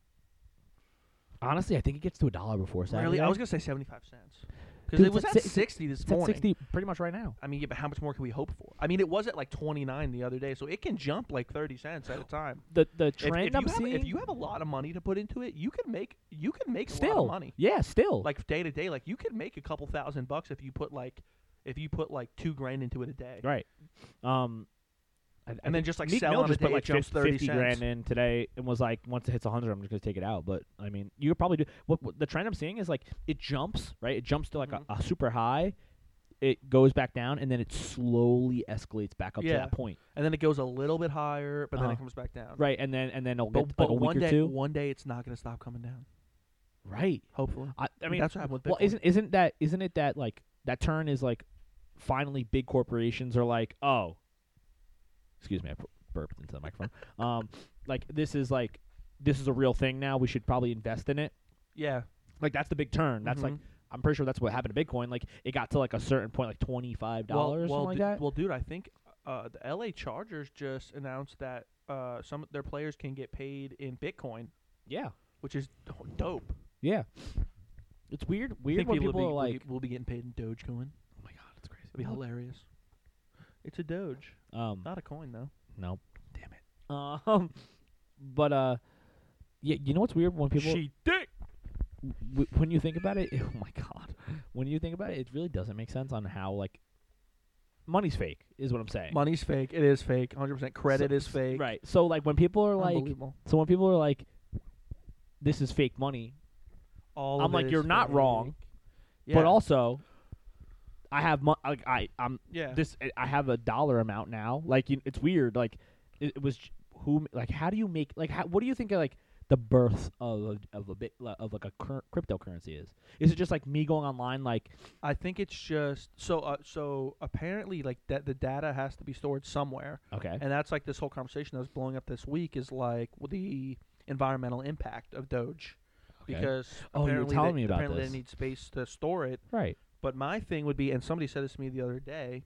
Speaker 2: Honestly, I think it gets to a dollar before Saturday.
Speaker 1: Really, I was gonna say seventy-five cents because
Speaker 2: Dude,
Speaker 1: it
Speaker 2: it's
Speaker 1: was
Speaker 2: at
Speaker 1: at
Speaker 2: si- it's-
Speaker 1: sixty this
Speaker 2: It's at
Speaker 1: morning.
Speaker 2: sixty, pretty much right now.
Speaker 1: I mean, yeah, but how much more can we hope for? I mean, it was at like twenty-nine the other day, so it can jump like thirty cents at a time.
Speaker 2: The the
Speaker 1: If, if
Speaker 2: trend
Speaker 1: you
Speaker 2: I'm
Speaker 1: have,
Speaker 2: seeing.
Speaker 1: if you have a lot of money to put into it, you can make you can make a lot
Speaker 2: still
Speaker 1: of money.
Speaker 2: Yeah, still.
Speaker 1: Like day to day, like you could make a couple thousand bucks if you put like if you put like two grand into it a day.
Speaker 2: right. Um, I, I
Speaker 1: And then
Speaker 2: think
Speaker 1: just, like,
Speaker 2: Meek
Speaker 1: sell
Speaker 2: Mill
Speaker 1: on a
Speaker 2: just
Speaker 1: day,
Speaker 2: put
Speaker 1: it
Speaker 2: like
Speaker 1: jumps 30
Speaker 2: fifty
Speaker 1: cents.
Speaker 2: grand in today, and was like, once it hits hundred, I'm just gonna take it out. But I mean, you could probably do what, what the trend I'm seeing is like it jumps right, it jumps to like a,
Speaker 1: Mm-hmm.
Speaker 2: a super high, it goes back down, and then it slowly escalates back up to
Speaker 1: Yeah.
Speaker 2: that point,
Speaker 1: and then it goes a little bit higher, but then
Speaker 2: Uh-huh.
Speaker 1: it comes back down.
Speaker 2: right? And then and then it'll
Speaker 1: But,
Speaker 2: get like
Speaker 1: but
Speaker 2: a week
Speaker 1: one
Speaker 2: or
Speaker 1: day,
Speaker 2: two,
Speaker 1: one day it's not going to stop coming down.
Speaker 2: right?
Speaker 1: Hopefully,
Speaker 2: I, I mean,
Speaker 1: that's what happened with Bitcoin.
Speaker 2: well, isn't isn't that isn't it that like that turn is like finally big corporations are like, oh, excuse me, I bur- burped into the microphone. Um, like this is like this is a real thing now. We should probably invest in it.
Speaker 1: yeah,
Speaker 2: Like that's the big turn. That's like
Speaker 1: Mhm.
Speaker 2: I'm pretty sure that's what happened to Bitcoin. Like it got to like a certain point, like twenty five dollars,
Speaker 1: well, well,
Speaker 2: something
Speaker 1: du-
Speaker 2: like that.
Speaker 1: Well, dude, I think uh, the L.A. Chargers just announced that uh, some of their players can get paid in Bitcoin,
Speaker 2: yeah,
Speaker 1: which is d- dope.
Speaker 2: yeah. It's weird.
Speaker 1: I
Speaker 2: Weird
Speaker 1: think
Speaker 2: when
Speaker 1: people,
Speaker 2: people
Speaker 1: will
Speaker 2: are
Speaker 1: be, will be-
Speaker 2: like,
Speaker 1: will be getting paid in Dogecoin.
Speaker 2: oh my god, it's crazy.
Speaker 1: It'd be hilarious. It's a Doge,
Speaker 2: Um,
Speaker 1: not a coin though.
Speaker 2: no, damn it. Um, but uh, yeah, you know what's weird when people
Speaker 1: she dick.
Speaker 2: w- when you think about it, oh my god, when you think about it, it really doesn't make sense on how like money's fake is what I'm saying.
Speaker 1: Money's fake. It is fake. 100 percent credit
Speaker 2: So-
Speaker 1: is fake.
Speaker 2: Right. So like when people are like,
Speaker 1: Unbelievable.
Speaker 2: so when people are like, this is fake money,
Speaker 1: All
Speaker 2: I'm
Speaker 1: of
Speaker 2: like,
Speaker 1: it
Speaker 2: you're
Speaker 1: is
Speaker 2: not wrong,
Speaker 1: fake.
Speaker 2: but
Speaker 1: Yeah.
Speaker 2: also. I have mon- like I I'm
Speaker 1: yeah.
Speaker 2: this I have a dollar amount now. Like you, it's weird. Like it, it was j- who like how do you make like how, what do you think of like the birth of a, of a bit of like a cur- cryptocurrency is? Is it just like me going online like
Speaker 1: I think it's just so uh, so apparently like that the data has to be stored somewhere.
Speaker 2: okay
Speaker 1: And that's like this whole conversation that was blowing up this week is like w- the environmental impact of Doge
Speaker 2: Okay.
Speaker 1: because
Speaker 2: Oh, you were
Speaker 1: apparently
Speaker 2: telling
Speaker 1: they,
Speaker 2: me about
Speaker 1: apparently
Speaker 2: this.
Speaker 1: they need space to store it.
Speaker 2: right
Speaker 1: But my thing would be, and somebody said this to me the other day,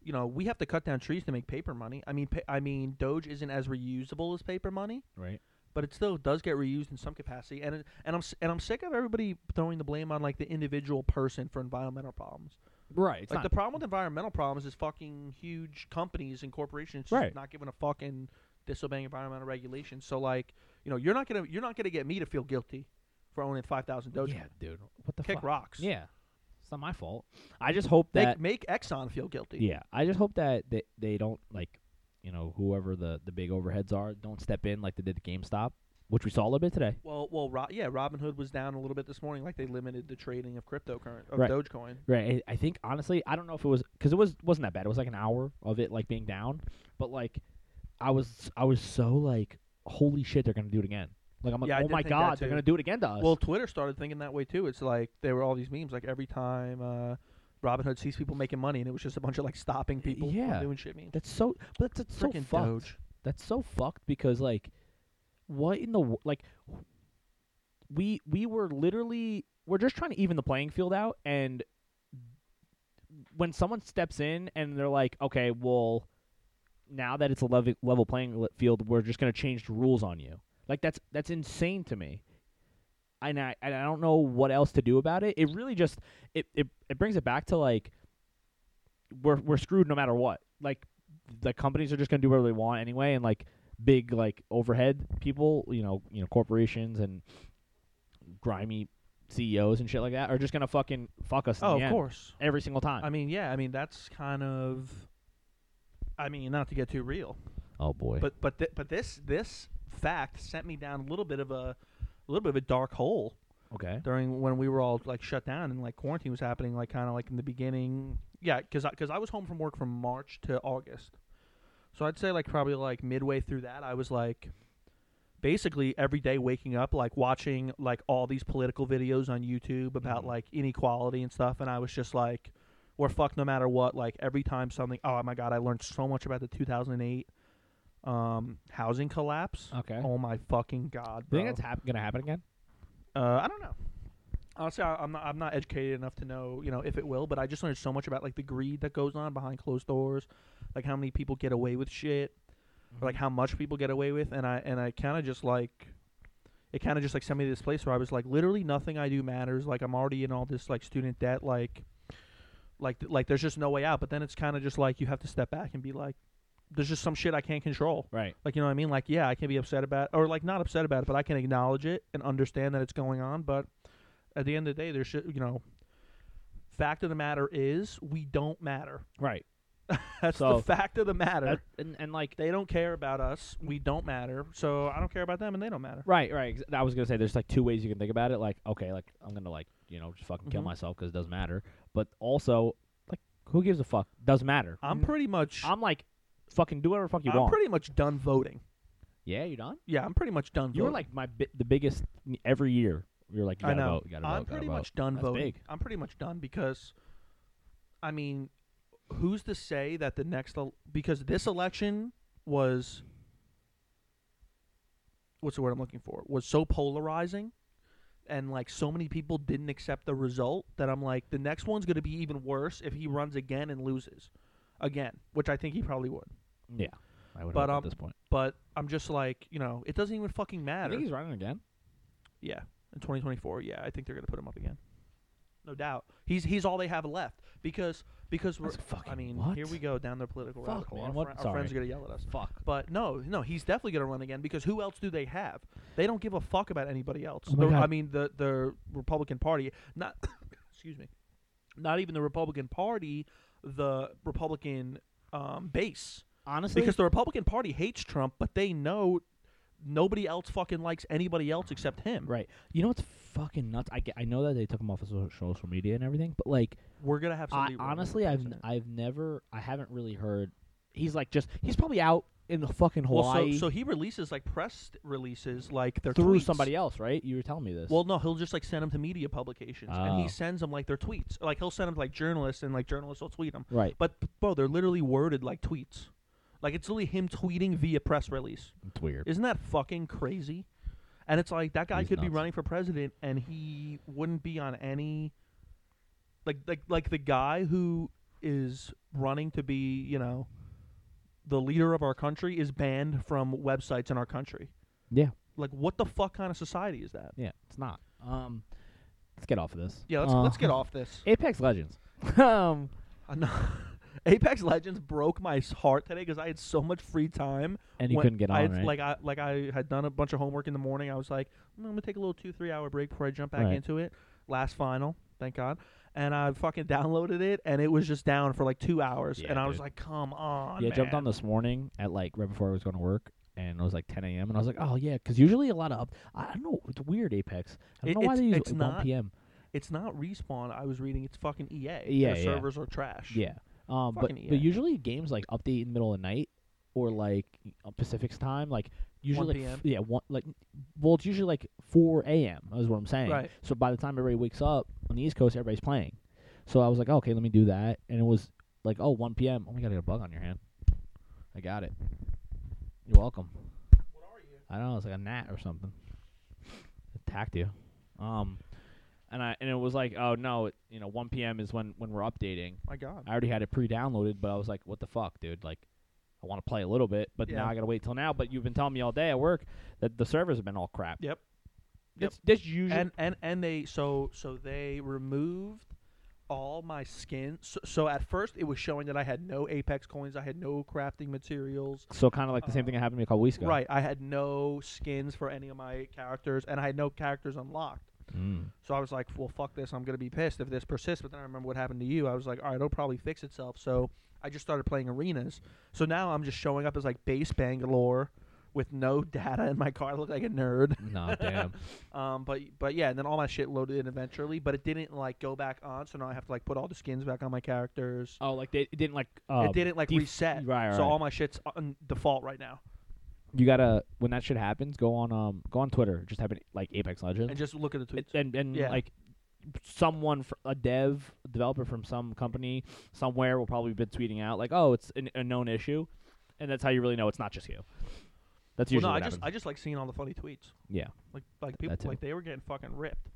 Speaker 1: you know, we have to cut down trees to make paper money. I mean, pa- I mean, Doge isn't as reusable as paper money,
Speaker 2: right
Speaker 1: but it still does get reused in some capacity. And it, and I'm s- and I'm sick of everybody throwing the blame on like the individual person for environmental problems.
Speaker 2: right it's
Speaker 1: like the
Speaker 2: not-
Speaker 1: problem with environmental problems is fucking huge companies and corporations just
Speaker 2: Right.
Speaker 1: not giving a fucking disobeying environmental regulations. So like, you know, you're not gonna you're not gonna get me to feel guilty for owning five thousand Dogecoin.
Speaker 2: yeah dude what the
Speaker 1: Kick
Speaker 2: fuck
Speaker 1: rocks.
Speaker 2: yeah it's not my fault I just hope
Speaker 1: Make,
Speaker 2: that
Speaker 1: make Exxon feel guilty.
Speaker 2: yeah I just hope that they, they don't like you know whoever the the big overheads are don't step in like they did at GameStop which we saw a little bit today
Speaker 1: Well, well, Ro- yeah. Robinhood was down a little bit this morning. Like they limited the trading of cryptocurrency of
Speaker 2: Right.
Speaker 1: Dogecoin.
Speaker 2: right I I think honestly I don't know if it was because it was wasn't that bad it was like an hour of it like being down but like I was I was so like holy shit they're gonna do it again like I'm like
Speaker 1: Yeah, I
Speaker 2: oh
Speaker 1: did
Speaker 2: my
Speaker 1: think that
Speaker 2: god they're
Speaker 1: too.
Speaker 2: gonna do it again to us
Speaker 1: Well, Twitter started thinking that way too. It's like there were all these memes. Like every time uh, Robinhood sees people making money, and it was just a bunch of like stopping people
Speaker 2: yeah.
Speaker 1: from doing shit memes.
Speaker 2: that's so but that's, that's so
Speaker 1: Freaking
Speaker 2: fucked.
Speaker 1: Doge.
Speaker 2: That's so fucked because like what in the wo- like we we were literally we're just trying to even the playing field out and when someone steps in and they're like okay well now that it's a level level playing li- field we're just going to change the rules on you like that's that's insane to me and I and I don't know what else to do about it it really just it it, it brings it back to like we're we're screwed no matter what like the companies are just going to do whatever they want anyway, and like big like overhead people, you know, you know, corporations and grimy CEOs and shit like that are just going to fucking fuck us. in
Speaker 1: Oh,
Speaker 2: the
Speaker 1: of
Speaker 2: end,
Speaker 1: course.
Speaker 2: every single time.
Speaker 1: I mean, yeah. I mean, that's kind of. I mean, not to get too real,
Speaker 2: oh boy,
Speaker 1: but but th- but this this fact sent me down a little bit of a, a little bit of a dark hole
Speaker 2: okay,
Speaker 1: during when we were all like shut down and like quarantine was happening, like kind of like in the beginning. Yeah, because because I, was home from work from March to August, so I'd say like probably like midway through that, I was like, basically every day waking up like watching like all these political videos on YouTube about
Speaker 2: Mhm.
Speaker 1: like inequality and stuff, and I was just like, we're fucked no matter what. Like every time something, oh my god, I learned so much about the 2008 um housing collapse.
Speaker 2: okay.
Speaker 1: Oh my fucking god,
Speaker 2: you
Speaker 1: bro.
Speaker 2: think that's hap- going to happen again?
Speaker 1: Uh, I don't know. Honestly, I, I'm not. I'm not educated enough to know, you know, if it will. But I just learned so much about like the greed that goes on behind closed doors, like how many people get away with shit, or, like how much people get away with, and I and I kind of just like, it kind of just like sent me to this place where I was like, literally nothing I do matters. Like I'm already in all this like student debt, like, like th- like there's just no way out. But then it's kind of just like you have to step back and be like, there's just some shit I can't control.
Speaker 2: Right.
Speaker 1: Like you know what I mean? Like yeah, I can be upset about or like not upset about it, but I can acknowledge it and understand that it's going on. But at the end of the day, there should you know, fact of the matter is we don't matter.
Speaker 2: Right.
Speaker 1: That's
Speaker 2: So-
Speaker 1: the fact of the matter.
Speaker 2: That- and, and like
Speaker 1: they don't care about us. We don't matter. So I don't care about them, and they don't matter.
Speaker 2: Right, right. ex- I was gonna say there's like two ways you can think about it. Like, okay, like I'm gonna like you know just fucking kill
Speaker 1: Mhm.
Speaker 2: myself because it doesn't matter. But also, like, who gives a fuck? Does matter.
Speaker 1: I'm
Speaker 2: Mm.
Speaker 1: pretty much.
Speaker 2: I'm like, fucking do whatever the fuck you
Speaker 1: I'm
Speaker 2: want.
Speaker 1: pretty much done voting.
Speaker 2: yeah, you done?
Speaker 1: Yeah, I'm pretty much done.
Speaker 2: You were
Speaker 1: voting.
Speaker 2: like my bi- the biggest every year. You're like, you
Speaker 1: I
Speaker 2: gotta
Speaker 1: know.
Speaker 2: vote, you gotta vote,
Speaker 1: I'm
Speaker 2: gotta
Speaker 1: pretty
Speaker 2: vote.
Speaker 1: much done
Speaker 2: That's
Speaker 1: voting.
Speaker 2: big.
Speaker 1: I'm pretty much done because, I mean, who's to say that the next el- because this election was what's the word I'm looking for was so polarizing, and like so many people didn't accept the result that I'm like the next one's going to be even worse if he runs again and loses, again, which I think he probably would.
Speaker 2: Yeah, I would
Speaker 1: But,
Speaker 2: hope
Speaker 1: um,
Speaker 2: at this point.
Speaker 1: But I'm just like you know it doesn't even fucking
Speaker 2: I
Speaker 1: matter.
Speaker 2: think he's running again.
Speaker 1: Yeah, in 2024. Yeah, I think they're gonna put him up again. No doubt. He's he's all they have left because because we're.
Speaker 2: That's fucking
Speaker 1: I mean,
Speaker 2: what?
Speaker 1: here we go down their political
Speaker 2: Fuck,
Speaker 1: rabbit hole.
Speaker 2: man,
Speaker 1: Our,
Speaker 2: what-
Speaker 1: fri- our
Speaker 2: sorry.
Speaker 1: friends are gonna yell at us.
Speaker 2: Fuck.
Speaker 1: But no, no, he's definitely gonna run again because who else do they have? They don't give a fuck about anybody else.
Speaker 2: Oh my
Speaker 1: The-
Speaker 2: God.
Speaker 1: I mean, the the Republican Party, not excuse me, not even the Republican Party, the Republican um, base,
Speaker 2: Honestly,
Speaker 1: because the Republican Party hates Trump, but they know nobody else fucking likes anybody else except him.
Speaker 2: right. You know what's fucking nuts? I, get, I know that they took him off of so- social media and everything, but like
Speaker 1: We're gonna have
Speaker 2: I,
Speaker 1: somebody. running
Speaker 2: honestly,
Speaker 1: for
Speaker 2: I've
Speaker 1: president.
Speaker 2: I've never I haven't really heard. He's like just he's probably out in the fucking
Speaker 1: well,
Speaker 2: Hawaii
Speaker 1: so, so he releases like press releases like their
Speaker 2: through
Speaker 1: tweets.
Speaker 2: somebody else, right? You were telling me this.
Speaker 1: Well, no, he'll just like send them to media publications, and
Speaker 2: Oh.
Speaker 1: he sends them like their tweets. Like he'll send them like journalists, and like journalists will tweet them.
Speaker 2: right,
Speaker 1: But bro, they're literally worded like tweets. Like it's literally him tweeting via press release.
Speaker 2: it's weird.
Speaker 1: Isn't that fucking crazy? And it's like that guy
Speaker 2: He's
Speaker 1: could be
Speaker 2: nuts.
Speaker 1: running for president, and he wouldn't be on any. Like like like the guy who is running to be you know, the leader of our country is banned from websites in our country.
Speaker 2: Yeah.
Speaker 1: Like what the fuck kind of society is that?
Speaker 2: Yeah, it's not. Um, let's get off of this.
Speaker 1: Yeah, let's
Speaker 2: Uh,
Speaker 1: let's get off this.
Speaker 2: Apex Legends. um,
Speaker 1: I know- Apex Legends broke my s- heart today because I had so much free time.
Speaker 2: and you
Speaker 1: when
Speaker 2: couldn't get on,
Speaker 1: I,
Speaker 2: right?
Speaker 1: Like I like I had done a bunch of homework in the morning. I was like, "Mm, I'm gonna take a little two three hour break before I jump back
Speaker 2: Right.
Speaker 1: into it. Last final, thank God. And I fucking downloaded it, and it was just down for like two hours.
Speaker 2: Yeah,
Speaker 1: and I was
Speaker 2: dude.
Speaker 1: like, come on,
Speaker 2: yeah, I jumped on
Speaker 1: man."
Speaker 2: this morning at like right before I was going to work. And it was like 10 a.m. and I was like, oh yeah, because usually a lot of up- I don't know, it's weird. Apex, I don't
Speaker 1: It-
Speaker 2: know why
Speaker 1: it's-
Speaker 2: they use
Speaker 1: it's
Speaker 2: 1
Speaker 1: not-
Speaker 2: p.m.
Speaker 1: It's not respawn. I was reading. It's fucking EA.
Speaker 2: Yeah,
Speaker 1: Their
Speaker 2: yeah.
Speaker 1: servers are trash.
Speaker 2: Yeah. Um, but,
Speaker 1: Fucking E
Speaker 2: but
Speaker 1: EA.
Speaker 2: usually games like update in the middle of the night or like uh, Pacific's time, like usually
Speaker 1: 1
Speaker 2: like, f-
Speaker 1: PM.
Speaker 2: yeah, one like well it's usually like four AM is what I'm saying.
Speaker 1: Right.
Speaker 2: So by the time everybody wakes up on the East Coast everybody's playing. So I was like, okay, let me do that and it was like, oh, 1 PM. Oh my god, I got a bug on your hand. I got it. You're welcome.
Speaker 1: What are you?
Speaker 2: I don't know, it's like a gnat or something. Attacked you. Um and I and it was like, oh no, it, you know, one PM is when when we're updating.
Speaker 1: My God.
Speaker 2: I already had it pre-downloaded, but I was like, "What the fuck, dude? Like, I want to play a little bit, but
Speaker 1: Yeah.
Speaker 2: now I gotta wait till now." But you've been telling me all day at work that the servers have been all crap.
Speaker 1: Yep. Yep.
Speaker 2: That's, that's usually
Speaker 1: And and and they so so they removed all my skins. So, so at first it was showing that I had no Apex coins. I had no crafting materials.
Speaker 2: so kind of like the same thing that happened to me a couple weeks ago.
Speaker 1: Right. I had no skins for any of my characters, and I had no characters unlocked.
Speaker 2: Mm.
Speaker 1: So I was like, well, fuck this. I'm going to be pissed if this persists. But then I remember what happened to you. I was like, all right, it'll probably fix itself. So I just started playing arenas. So now I'm just showing up as like base Bangalore with no data in my car. I look like a nerd.
Speaker 2: Nah, damn.
Speaker 1: Um, but but yeah, and then all my shit loaded in eventually, but it didn't like go back on. So now I have to like put all the skins back on my characters.
Speaker 2: Oh, like they it didn't like. Um,
Speaker 1: it didn't like
Speaker 2: def-
Speaker 1: reset.
Speaker 2: Right, right.
Speaker 1: So all my shit's on default right now.
Speaker 2: you gotta when that shit happens, go on um go on Twitter, just type in like Apex Legends
Speaker 1: And just look at the tweets.
Speaker 2: It- and and
Speaker 1: Yeah.
Speaker 2: like someone fr- a dev developer from some company somewhere will probably be tweeting out like oh it's an, a known issue and that's how you really know it's not just you that's
Speaker 1: well,
Speaker 2: usually
Speaker 1: no, I
Speaker 2: what
Speaker 1: just I
Speaker 2: happens.
Speaker 1: just like seeing all the funny tweets.
Speaker 2: yeah
Speaker 1: Like like
Speaker 2: That
Speaker 1: people
Speaker 2: too.
Speaker 1: like they were getting fucking ripped,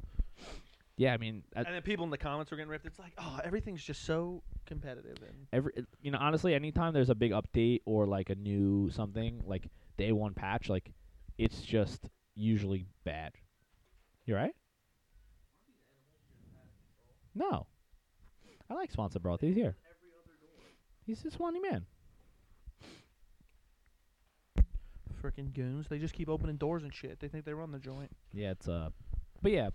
Speaker 2: yeah i mean at
Speaker 1: and then people in the comments were getting ripped. It's like oh, everything's just so competitive and
Speaker 2: every you know honestly anytime there's a big update or like a new something like day one patch like it's just usually bad you right no i like sponsor broth he's here he's a swanee man
Speaker 1: freaking goons. They just keep opening doors and shit. They think they run the joint.
Speaker 2: Yeah, it's uh, but yeah,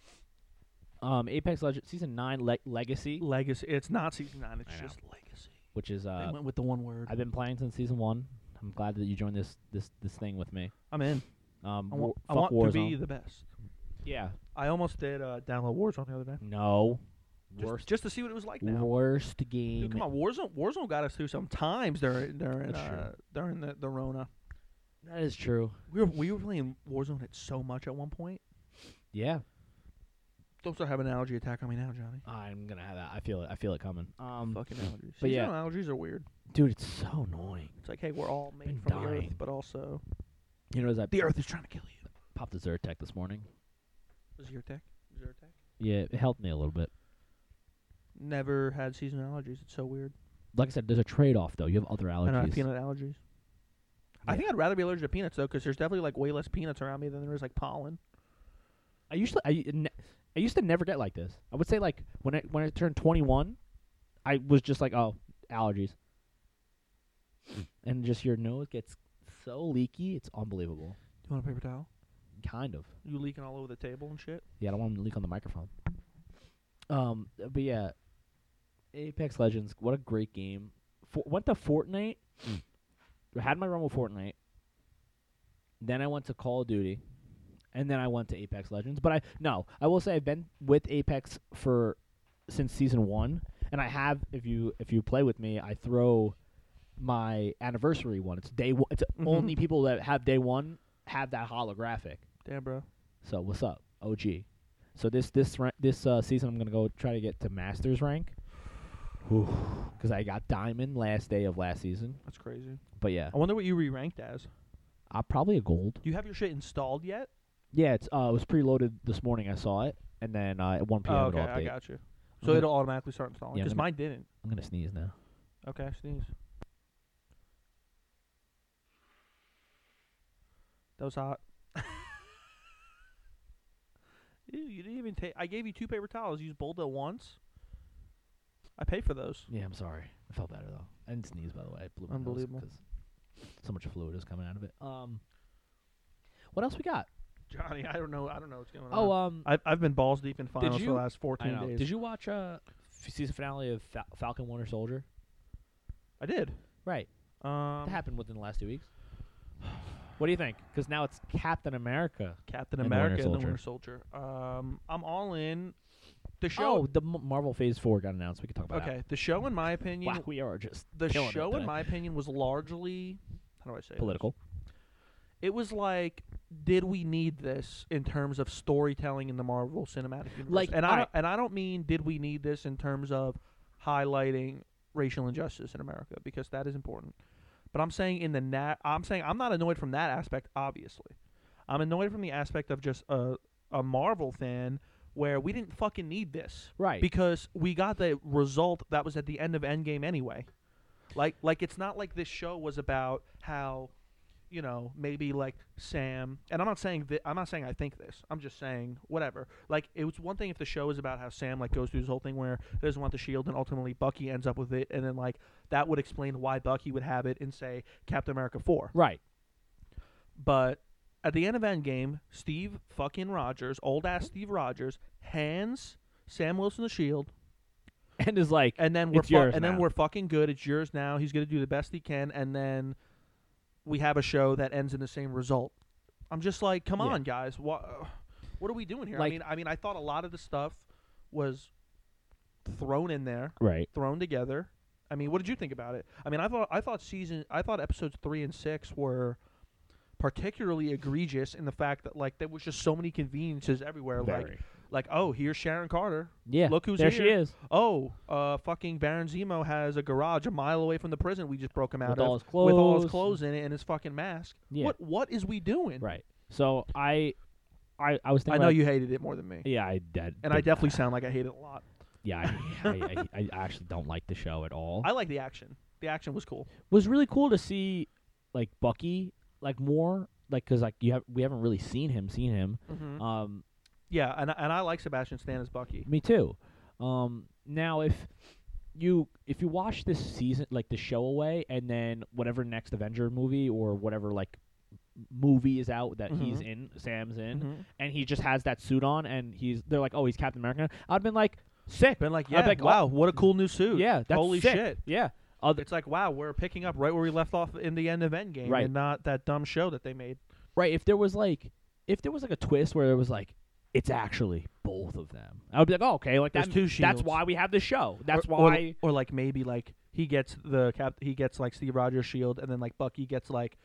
Speaker 2: um, Apex Legends season nine le- legacy.
Speaker 1: Legacy. It's not season nine. It's
Speaker 2: I know.
Speaker 1: just legacy.
Speaker 2: which is
Speaker 1: I
Speaker 2: uh,
Speaker 1: went with the one word.
Speaker 2: I've been playing since season one. I'm glad that you joined this this this thing with me.
Speaker 1: I'm in.
Speaker 2: Um,
Speaker 1: I want,
Speaker 2: War-
Speaker 1: I
Speaker 2: fuck
Speaker 1: want to be
Speaker 2: Warzone.
Speaker 1: the best.
Speaker 2: yeah.
Speaker 1: I almost did uh, download Warzone the other day.
Speaker 2: No.
Speaker 1: Just,
Speaker 2: worst
Speaker 1: just to see what it was like now.
Speaker 2: worst game.
Speaker 1: Dude, come on, Warzone. Warzone got us through some times during during
Speaker 2: That's true.
Speaker 1: uh, during the, the Rona.
Speaker 2: That is true.
Speaker 1: We were we were playing Warzone at so much at one point.
Speaker 2: Yeah.
Speaker 1: Don't start having an allergy attack on me now, Johnny.
Speaker 2: I'm gonna have that. I feel it. I feel it coming. Um,
Speaker 1: Fucking allergies.
Speaker 2: but yeah.
Speaker 1: Seasonal allergies are weird.
Speaker 2: dude, it's so annoying.
Speaker 1: It's like, hey, we're all made
Speaker 2: Been
Speaker 1: from the
Speaker 2: dying.
Speaker 1: earth, but also
Speaker 2: You know, as I
Speaker 1: the earth is trying to kill you.
Speaker 2: popped a Zyrtec this morning.
Speaker 1: Zyrtec. Zyrtec.
Speaker 2: Yeah, it helped me a little bit.
Speaker 1: Never had seasonal allergies. It's so weird.
Speaker 2: Like I said, there's a trade-off though. You have other allergies.
Speaker 1: I don't have peanut allergies. I
Speaker 2: Yeah.
Speaker 1: think I'd rather be allergic to peanuts though, because there's definitely like way less peanuts around me than there is like pollen.
Speaker 2: I usually I ne- I used to never get like this. I would say like when I when I turned 21, I was just like, oh, allergies. and just your nose gets so leaky, it's unbelievable.
Speaker 1: You want a paper towel?
Speaker 2: Kind of.
Speaker 1: You leaking all over the table and shit.
Speaker 2: Yeah, I don't want 'em to leak on the microphone. Um, but yeah, Apex Legends, what a great game. For, went to Fortnite. had my run with Fortnite. Then I went to Call of Duty, and then I went to Apex Legends. But I no, I will say I've been with Apex for since season one, and I have. If you if you play with me, I throw my anniversary one. It's day one. It's
Speaker 1: Mhm.
Speaker 2: only people that have day one have that holographic.
Speaker 1: Damn, bro.
Speaker 2: So what's up, OG? So this this ra- this uh, season, I'm gonna go try to get to Masters rank, because I got Diamond last day of last season.
Speaker 1: That's crazy.
Speaker 2: But yeah,
Speaker 1: I wonder what you re-ranked as.
Speaker 2: I'm probably a gold.
Speaker 1: Do you have your shit installed yet?
Speaker 2: Yeah, it's uh, it was preloaded this morning. I saw it, and then uh, at 1 p.m.
Speaker 1: Oh, okay,
Speaker 2: it'll update.
Speaker 1: I got you.
Speaker 2: I'm
Speaker 1: So
Speaker 2: gonna-
Speaker 1: it'll automatically start installing
Speaker 2: Yeah, I'm
Speaker 1: because
Speaker 2: gonna-
Speaker 1: mine didn't.
Speaker 2: I'm gonna sneeze now.
Speaker 1: Okay, sneeze. That was hot. Ew, you didn't even take. I gave you two paper towels. You used both at once. I paid for those.
Speaker 2: Yeah, I'm sorry. I felt better though. I didn't sneeze by the way. I blew my nose
Speaker 1: Unbelievable.
Speaker 2: 'cause so much fluid is coming out of it. Um, what else we got?
Speaker 1: Johnny, I don't know. I don't know what's going on.
Speaker 2: Oh, um,
Speaker 1: I've, I've been balls deep in finals for
Speaker 2: you-
Speaker 1: the last
Speaker 2: I
Speaker 1: 14
Speaker 2: know.
Speaker 1: days.
Speaker 2: Did you watch uh f- season finale of Fal- Falcon Winter Soldier?
Speaker 1: I did.
Speaker 2: Right.
Speaker 1: Um,
Speaker 2: That happened within the last two weeks. What do you think? Because now it's Captain America.
Speaker 1: Captain
Speaker 2: and the Winter
Speaker 1: America and the
Speaker 2: Soldier.
Speaker 1: Winter Soldier. Um, I'm all in. The show.
Speaker 2: Oh, the M- Marvel Phase Four got announced. We can talk about
Speaker 1: okay. The show, in my
Speaker 2: that.
Speaker 1: opinion,
Speaker 2: Wow, we are just
Speaker 1: the
Speaker 2: killing it
Speaker 1: show, in
Speaker 2: today.
Speaker 1: my opinion, was largely how do I say this?
Speaker 2: political.
Speaker 1: It was like, did we need this in terms of storytelling in the Marvel Cinematic Universe?
Speaker 2: Like,
Speaker 1: and I
Speaker 2: alright.
Speaker 1: don't- and I don't mean did we need this in terms of highlighting racial injustice in America because that is important. But I'm saying in the na- I'm saying I'm not annoyed from that aspect. Obviously, I'm annoyed from the aspect of just a a Marvel fan where we didn't fucking need this
Speaker 2: Right.
Speaker 1: because we got the result that was at the end of Endgame anyway. Like, like it's not like this show was about how, you know, maybe like Sam. And I'm not saying that. I'm not saying I think this. I'm just saying whatever. Like, it was one thing if the show is about how Sam like goes through this whole thing where he doesn't want the shield, and ultimately Bucky ends up with it, and then like that would explain why Bucky would have it in say Captain America four.
Speaker 2: right.
Speaker 1: But at the end of Endgame, Steve fucking Rogers, old ass Steve Rogers, hands Sam Wilson the shield
Speaker 2: And is like
Speaker 1: and then we're
Speaker 2: It's
Speaker 1: fu-
Speaker 2: yours
Speaker 1: and then
Speaker 2: now.
Speaker 1: we're fucking good. It's yours now. He's gonna do the best he can, and then we have a show that ends in the same result. I'm just like, come
Speaker 2: Yeah.
Speaker 1: on, guys, what what are we doing here?
Speaker 2: Like-
Speaker 1: I mean, I mean, I thought a lot of the stuff was thrown in there,
Speaker 2: right.
Speaker 1: thrown together. I mean, what did you think about it? I mean, I thought I thought season I thought episodes three and six were particularly egregious in the fact that like there was just so many conveniences everywhere. Like
Speaker 2: Very.
Speaker 1: like oh here's Sharon Carter,
Speaker 2: yeah.
Speaker 1: look who's
Speaker 2: there she
Speaker 1: here.
Speaker 2: is
Speaker 1: oh, uh, fucking Baron Zemo has a garage a mile away from the prison we just broke him out
Speaker 2: with
Speaker 1: of
Speaker 2: all his clothes.
Speaker 1: with all his clothes in it and his fucking mask.
Speaker 2: Yeah.
Speaker 1: What what is we doing?
Speaker 2: Right. So I, I, I was
Speaker 1: I
Speaker 2: thinking.
Speaker 1: know
Speaker 2: about-
Speaker 1: you hated it more than me,
Speaker 2: Yeah, I did.
Speaker 1: and I definitely sound like I hate it a lot.
Speaker 2: Yeah, I, I, I, I actually don't like the show at all.
Speaker 1: I like the action. The action was cool.
Speaker 2: was really cool to see like Bucky like more like because like you have we haven't really seen him seen him
Speaker 1: Mm-hmm.
Speaker 2: um
Speaker 1: yeah, and and I like Sebastian Stan as Bucky.
Speaker 2: me too um now if you if you watch this season like the show away and then whatever next Avenger movie or whatever like m- movie is out that he's
Speaker 1: Mhm.
Speaker 2: in Sam's in
Speaker 1: Mhm.
Speaker 2: and he just has that suit on and he's they're like oh he's Captain America I'd been like sick
Speaker 1: Been like,
Speaker 2: I'd
Speaker 1: yeah,
Speaker 2: be like, oh,
Speaker 1: wow, what a cool new suit.
Speaker 2: yeah that's
Speaker 1: holy
Speaker 2: sick.
Speaker 1: shit.
Speaker 2: yeah Other
Speaker 1: It's like, wow, we're picking up right where we left off in the end of Endgame,
Speaker 2: Right.
Speaker 1: and not that dumb show that they made.
Speaker 2: right, if there was like if there was like a twist where it was like it's actually both of them, I would be like, oh, okay, like
Speaker 1: There's
Speaker 2: that,
Speaker 1: two
Speaker 2: That's
Speaker 1: shields.
Speaker 2: why we have this show. That's
Speaker 1: or, or-
Speaker 2: why.
Speaker 1: or, like maybe like he gets the cap, he gets like Steve Rogers shield, and then like Bucky gets like,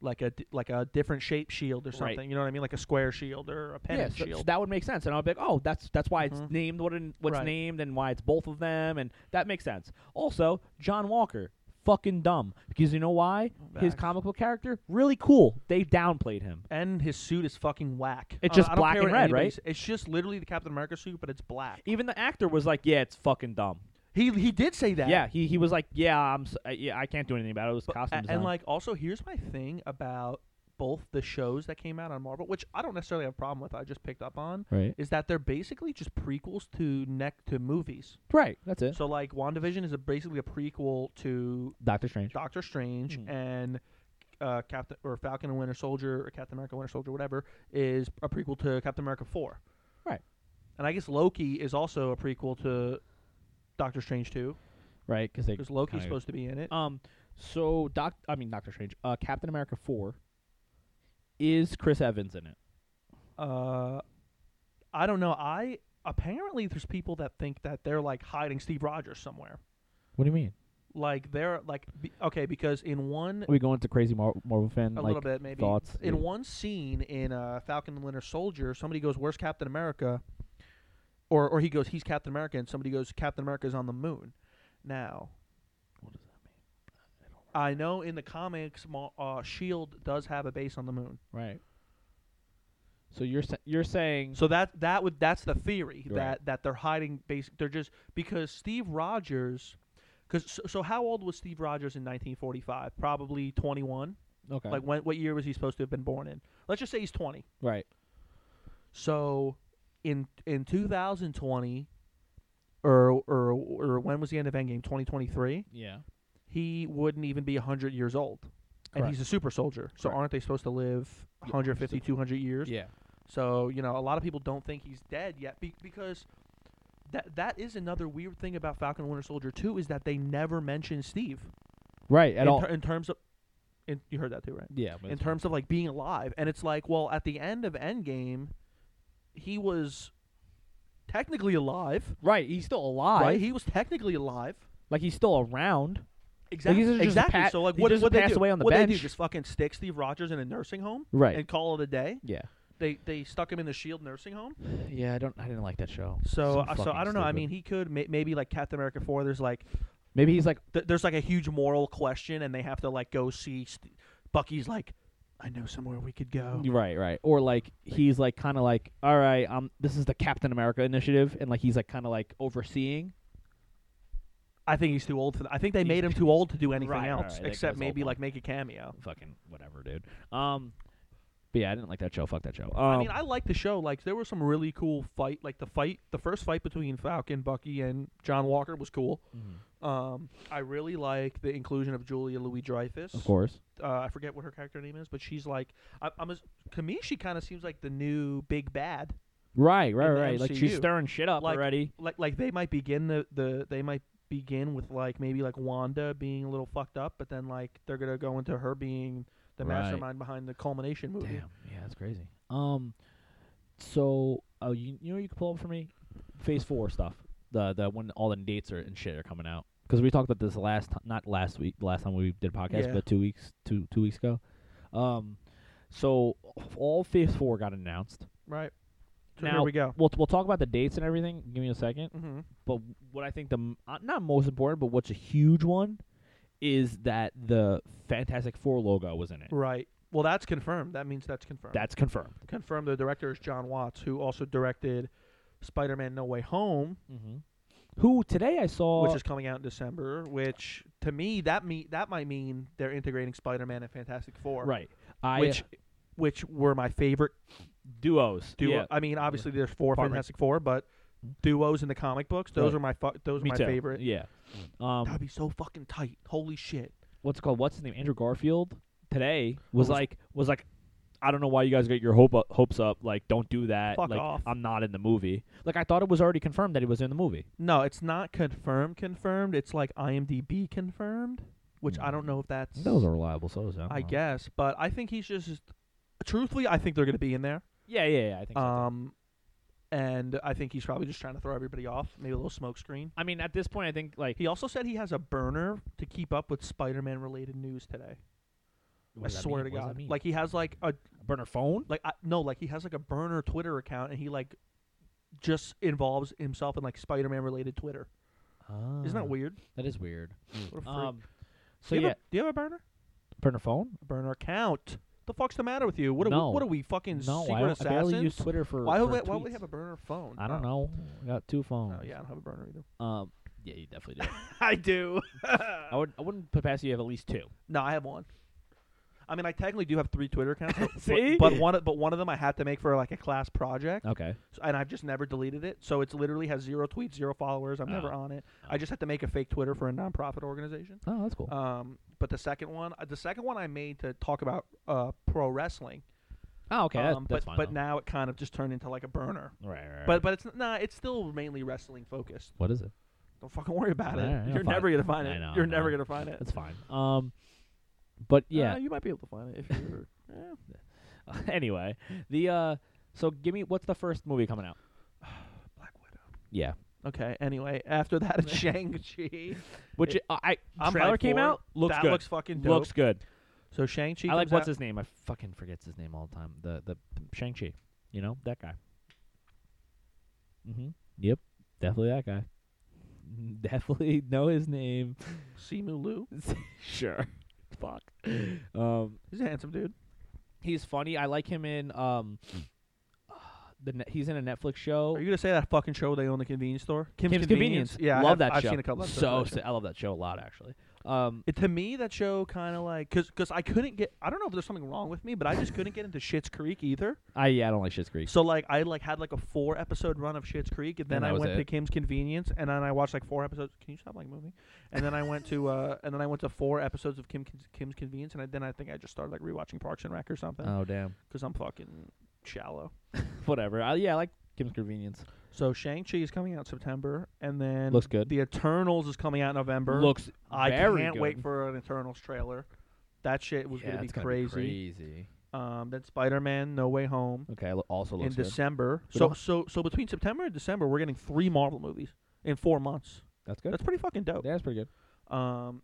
Speaker 1: like a di- like a different shape shield or
Speaker 2: Right.
Speaker 1: something. You know what I mean? Like a square shield or a
Speaker 2: yeah,
Speaker 1: pennant
Speaker 2: so- so
Speaker 1: shield.
Speaker 2: that would make sense, and I'd be like, "Oh, that's that's why it's
Speaker 1: Mhm.
Speaker 2: named what it, what's
Speaker 1: Right.
Speaker 2: named and why it's both of them, and that makes sense." Also, John Walker, fucking dumb, because you know why? His
Speaker 1: Facts.
Speaker 2: comic book character really cool. They downplayed him.
Speaker 1: and his suit is fucking whack.
Speaker 2: It's
Speaker 1: I-
Speaker 2: just
Speaker 1: I don't
Speaker 2: black
Speaker 1: care
Speaker 2: and
Speaker 1: what
Speaker 2: red, right?
Speaker 1: anybody's- It's just literally the Captain America suit, but it's black.
Speaker 2: Even the actor was like, "Yeah, it's fucking dumb."
Speaker 1: He he did say that.
Speaker 2: Yeah, he he was like, "Yeah, I'm s- uh, yeah, I can't do anything about it. It was
Speaker 1: But-
Speaker 2: costume
Speaker 1: a-
Speaker 2: design."
Speaker 1: and like also here's my thing about both the shows that came out on Marvel, which I don't necessarily have a problem with. I just picked up on
Speaker 2: right,
Speaker 1: is that they're basically just prequels to neck to movies.
Speaker 2: right, that's it.
Speaker 1: So like WandaVision is a, basically a prequel to
Speaker 2: Doctor Strange.
Speaker 1: Doctor Strange
Speaker 2: Mhm.
Speaker 1: and uh, Captain or Falcon and Winter Soldier or Captain America Winter Soldier whatever is a prequel to Captain America 4.
Speaker 2: Right.
Speaker 1: And I guess Loki is also a prequel to Doctor Strange 2
Speaker 2: Right, because they
Speaker 1: because Loki's
Speaker 2: Kinda.
Speaker 1: supposed to be in it.
Speaker 2: Um, so Doc, I mean Doctor Strange, uh, Captain America four, is Chris Evans in it?
Speaker 1: uh, I don't know. I apparently there's people that think that they're like hiding Steve Rogers somewhere.
Speaker 2: What do you mean?
Speaker 1: Like they're like be, okay because in one
Speaker 2: Are we going to crazy Mar- Marvel fan
Speaker 1: a
Speaker 2: like
Speaker 1: little bit maybe
Speaker 2: thoughts?
Speaker 1: in
Speaker 2: Yeah.
Speaker 1: one scene in uh, Falcon and Winter Soldier somebody goes where's Captain America, or or he goes he's Captain America and somebody goes Captain America's on the moon. Now
Speaker 2: What does that
Speaker 1: I know in the comics Ma- uh, Shield does have a base on the moon.
Speaker 2: mean? Right. So you're sa- you're saying
Speaker 1: So that that would that's the theory
Speaker 2: You're
Speaker 1: that
Speaker 2: right.
Speaker 1: that they're hiding. Basic, they're just because Steve Rogers. Because so, so, how old was Steve Rogers in 1945? Probably 21.
Speaker 2: okay,
Speaker 1: Like, when, what year was he supposed to have been born in? Let's just say he's 20.
Speaker 2: right?
Speaker 1: So, in in 2020, or or or when was the end of Endgame? 2023.
Speaker 2: Yeah.
Speaker 1: He wouldn't even be 100 years old, and
Speaker 2: Correct.
Speaker 1: he's a super soldier. So,
Speaker 2: Correct.
Speaker 1: aren't they supposed to live
Speaker 2: Yeah,
Speaker 1: 150, 200 years?
Speaker 2: Yeah.
Speaker 1: So you know, a lot of people don't think he's dead yet be- because that that is another weird thing about Falcon and Winter Soldier too is that they never mention Steve
Speaker 2: Right. At
Speaker 1: in,
Speaker 2: all.
Speaker 1: ter- in terms of. In, you heard that too, right?
Speaker 2: yeah. but
Speaker 1: In
Speaker 2: it's-
Speaker 1: terms of like being alive, and it's like, well, at the end of Endgame, he was technically alive,
Speaker 2: right, he's still alive.
Speaker 1: right? He was technically alive.
Speaker 2: Like he's still around.
Speaker 1: Exactly.
Speaker 2: he's just a
Speaker 1: exactly.
Speaker 2: pa-
Speaker 1: so like,
Speaker 2: he
Speaker 1: what
Speaker 2: just
Speaker 1: what they
Speaker 2: passed
Speaker 1: do?
Speaker 2: away on the
Speaker 1: what they do?
Speaker 2: bench.
Speaker 1: Just fucking stick Steve Rogers in a nursing home
Speaker 2: Right.
Speaker 1: and call it a day.
Speaker 2: yeah.
Speaker 1: They they stuck him in the Shield E nursing home.
Speaker 2: Yeah. I don't. I didn't like that show.
Speaker 1: So,
Speaker 2: Some
Speaker 1: uh, so I
Speaker 2: fucking
Speaker 1: don't know. I
Speaker 2: stupid.
Speaker 1: mean, he could may- maybe like Captain America four. There's like
Speaker 2: maybe he's like
Speaker 1: th- there's like a huge moral question, and they have to like go see St- Bucky's like, I know somewhere we could go.
Speaker 2: Right, right. Or like he's like kind of like, all right, um, this is the Captain America initiative, and like he's like kind of like overseeing.
Speaker 1: I think he's too old for that. I think they
Speaker 2: He's-
Speaker 1: made him too old to do anything
Speaker 2: Right,
Speaker 1: else
Speaker 2: alright, that
Speaker 1: except
Speaker 2: goes
Speaker 1: maybe
Speaker 2: all
Speaker 1: like make a cameo.
Speaker 2: Fucking whatever, dude. Um, but yeah, I didn't like that show. Fuck that show. Um,
Speaker 1: I mean, I like the show. Like there were some really cool fight. Like the fight, the first fight between Falcon, Bucky, and John Walker was cool.
Speaker 2: Mhm.
Speaker 1: Um, I really like the inclusion of Julia Louis Dreyfus.
Speaker 2: of course,
Speaker 1: uh, I forget what her character name is, but she's like, I, I'm as to me, she kind of seems like the new big bad.
Speaker 2: right, right,
Speaker 1: In the
Speaker 2: right. Like she's
Speaker 1: MCU.
Speaker 2: stirring shit up
Speaker 1: Like-
Speaker 2: already.
Speaker 1: Like, like they might begin the, the they might begin with like maybe like Wanda being a little fucked up, but then like they're gonna go into her being the
Speaker 2: Right.
Speaker 1: mastermind behind the culmination movie.
Speaker 2: Damn, yeah, that's crazy. Um, so oh, you you know what you can pull up for me, Phase Four stuff. The the when all the dates are and shit are coming out because we talked about this last ti- not last week last time we did a podcast
Speaker 1: Yeah.
Speaker 2: but two weeks two two weeks ago. Um, so all Phase Four got announced.
Speaker 1: Right. So
Speaker 2: Now-
Speaker 1: here we go.
Speaker 2: We'll we'll talk about the dates and everything. Give me a second.
Speaker 1: hmm
Speaker 2: But what I think the m- uh, not most important, but what's a huge one, is that the Fantastic Four logo was in it.
Speaker 1: Right. Well, that's confirmed. That means that's confirmed.
Speaker 2: That's confirmed.
Speaker 1: confirmed. The director is John Watts, who also directed Spider-Man: No Way Home,
Speaker 2: Mm-hmm. Who today I saw
Speaker 1: which is coming out in December. Which to me, that me that might mean they're integrating Spider-Man and Fantastic Four.
Speaker 2: Right. I
Speaker 1: which which were my favorite
Speaker 2: duos.
Speaker 1: duo.
Speaker 2: Yeah.
Speaker 1: I mean, obviously there's four
Speaker 2: Partners.
Speaker 1: Fantastic Four, but duos in the comic books, those
Speaker 2: Right.
Speaker 1: are my fu- those are
Speaker 2: Me
Speaker 1: my
Speaker 2: too.
Speaker 1: favorite. Mm.
Speaker 2: Yeah. Um,
Speaker 1: That'd be so fucking tight. Holy shit!
Speaker 2: what's it called? What's his name? Andrew Garfield today was,
Speaker 1: was-
Speaker 2: like was like I don't know why you guys get your hope up, hopes up. Like, don't do that.
Speaker 1: Fuck
Speaker 2: like,
Speaker 1: off.
Speaker 2: I'm not in the movie. Like, I thought it was already confirmed that he was in the movie.
Speaker 1: No, it's not confirmed. Confirmed. It's like IMDb confirmed, which I
Speaker 2: Mm.
Speaker 1: don't know if that's.
Speaker 2: That was a reliable source.
Speaker 1: I guess, but I think he's just. Truthfully, I think they're going to be in there.
Speaker 2: Yeah, yeah, yeah. I think. so.
Speaker 1: Um, and I think he's probably just trying to throw everybody off. Maybe a little smoke screen.
Speaker 2: I mean, at this point, I think like
Speaker 1: He also said he has a burner to keep up with Spider-Man related news today.
Speaker 2: What does
Speaker 1: I
Speaker 2: that
Speaker 1: swear
Speaker 2: mean?
Speaker 1: to
Speaker 2: What does that
Speaker 1: God,
Speaker 2: mean?
Speaker 1: like he has like a
Speaker 2: burner phone.
Speaker 1: like I, no like he has like a burner Twitter account and he like just involves himself in like Spider-Man related Twitter. Isn't
Speaker 2: Ah,
Speaker 1: that weird?
Speaker 2: That is weird.
Speaker 1: What a freak.
Speaker 2: Um,
Speaker 1: do,
Speaker 2: so
Speaker 1: you
Speaker 2: yeah,
Speaker 1: have a, do you have a burner?
Speaker 2: burner phone.
Speaker 1: A burner account. The fuck's the matter with you? What are
Speaker 2: No.
Speaker 1: we, what are we fucking
Speaker 2: No,
Speaker 1: secret
Speaker 2: I, don't- I
Speaker 1: assassins?
Speaker 2: barely use Twitter for.
Speaker 1: why
Speaker 2: for
Speaker 1: would why would we
Speaker 2: tweets.
Speaker 1: have a burner phone?
Speaker 2: I don't know.
Speaker 1: Oh.
Speaker 2: I got two phones.
Speaker 1: Oh, yeah, I don't have a burner either.
Speaker 2: Um. Yeah, you definitely do.
Speaker 1: I do.
Speaker 2: I would. I wouldn't put past you. Have at least two.
Speaker 1: No, I have one. I mean, I technically do have three Twitter accounts, but, but-
Speaker 2: See?
Speaker 1: but one, of- but one of them I had to make for like a class project,
Speaker 2: Okay.
Speaker 1: so- and I've just never deleted it. So it's literally has zero tweets, zero followers. I'm never
Speaker 2: Oh.
Speaker 1: on it. I just had to make a fake Twitter for a nonprofit organization.
Speaker 2: Oh, that's cool.
Speaker 1: Um, but the second one, uh, the second one I made to talk about uh, pro wrestling.
Speaker 2: oh, okay. that-
Speaker 1: um,
Speaker 2: that's
Speaker 1: but
Speaker 2: fine.
Speaker 1: but
Speaker 2: though.
Speaker 1: now it kind of just turned into like a burner.
Speaker 2: Right, right, right.
Speaker 1: But but it's nah, it's still mainly wrestling focused.
Speaker 2: what is it?
Speaker 1: Don't fucking worry about it.
Speaker 2: Alright, I'll
Speaker 1: You're
Speaker 2: find
Speaker 1: never gonna find
Speaker 2: I
Speaker 1: it.
Speaker 2: know,
Speaker 1: You're
Speaker 2: I
Speaker 1: never
Speaker 2: know.
Speaker 1: gonna find it.
Speaker 2: That's fine. Um, but yeah.
Speaker 1: Uh, you might be able to find it if you're. eh,
Speaker 2: anyway, the uh, so give me what's the first movie coming out?
Speaker 1: Black Widow.
Speaker 2: Yeah.
Speaker 1: Okay. Anyway, after that, it's Shang Chi.
Speaker 2: Which
Speaker 1: It-
Speaker 2: uh, I
Speaker 1: I'm
Speaker 2: trailer
Speaker 1: hyped
Speaker 2: came
Speaker 1: for it.
Speaker 2: out. Looks
Speaker 1: that
Speaker 2: good.
Speaker 1: looks fucking dope.
Speaker 2: Looks good.
Speaker 1: so Shang Chi.
Speaker 2: I like
Speaker 1: comes
Speaker 2: what's
Speaker 1: out-
Speaker 2: his name. I fucking forgets his name all the time. The the Shang Chi. You know that guy. Mm-hmm. Yep. Definitely that guy. Definitely know his name.
Speaker 1: Simu Liu.
Speaker 2: sure. Fuck. Um,
Speaker 1: He's a handsome dude.
Speaker 2: he's funny. I like him in um, the ne- he's in a Netflix show.
Speaker 1: Are you gonna say that fucking show they own the convenience store? Kim's,
Speaker 2: Kim's Convenience.
Speaker 1: Yeah, I
Speaker 2: love
Speaker 1: have-
Speaker 2: that
Speaker 1: I've
Speaker 2: show.
Speaker 1: seen a couple episodes
Speaker 2: so,
Speaker 1: of that show.
Speaker 2: si- I love that show a lot actually. Um,
Speaker 1: It, to me, that show kind of like because because I couldn't get. I don't know if there's something wrong with me, but I just couldn't get into Shit's Creek either.
Speaker 2: I yeah, I don't like Shit's Creek.
Speaker 1: So like I like had like a four episode run of Shit's Creek, and then
Speaker 2: And that
Speaker 1: I
Speaker 2: was
Speaker 1: went
Speaker 2: it.
Speaker 1: to Kim's Convenience, and then I watched like four episodes. Can you stop like moving? And then I went to uh and then I went to four episodes of Kim Kim's Convenience, and I, then I think I just started like rewatching Parks and Rec or something
Speaker 2: Oh damn.
Speaker 1: because I'm fucking shallow.
Speaker 2: Whatever. I, yeah, I like Kim's Convenience.
Speaker 1: So Shang Chi is coming out September, and then
Speaker 2: Looks good.
Speaker 1: The Eternals is coming out in November.
Speaker 2: Looks
Speaker 1: I
Speaker 2: very
Speaker 1: can't wait
Speaker 2: good.
Speaker 1: for an Eternals trailer. That shit was
Speaker 2: yeah,
Speaker 1: gonna be
Speaker 2: it's gonna
Speaker 1: crazy.
Speaker 2: crazy.
Speaker 1: Um, then Spider Man No Way Home
Speaker 2: Okay, lo- also
Speaker 1: in
Speaker 2: looks good.
Speaker 1: December.
Speaker 2: We
Speaker 1: So
Speaker 2: don't-
Speaker 1: so so between September and December, we're getting three Marvel movies in four months.
Speaker 2: That's good.
Speaker 1: That's pretty fucking dope.
Speaker 2: yeah, that's pretty good.
Speaker 1: Um,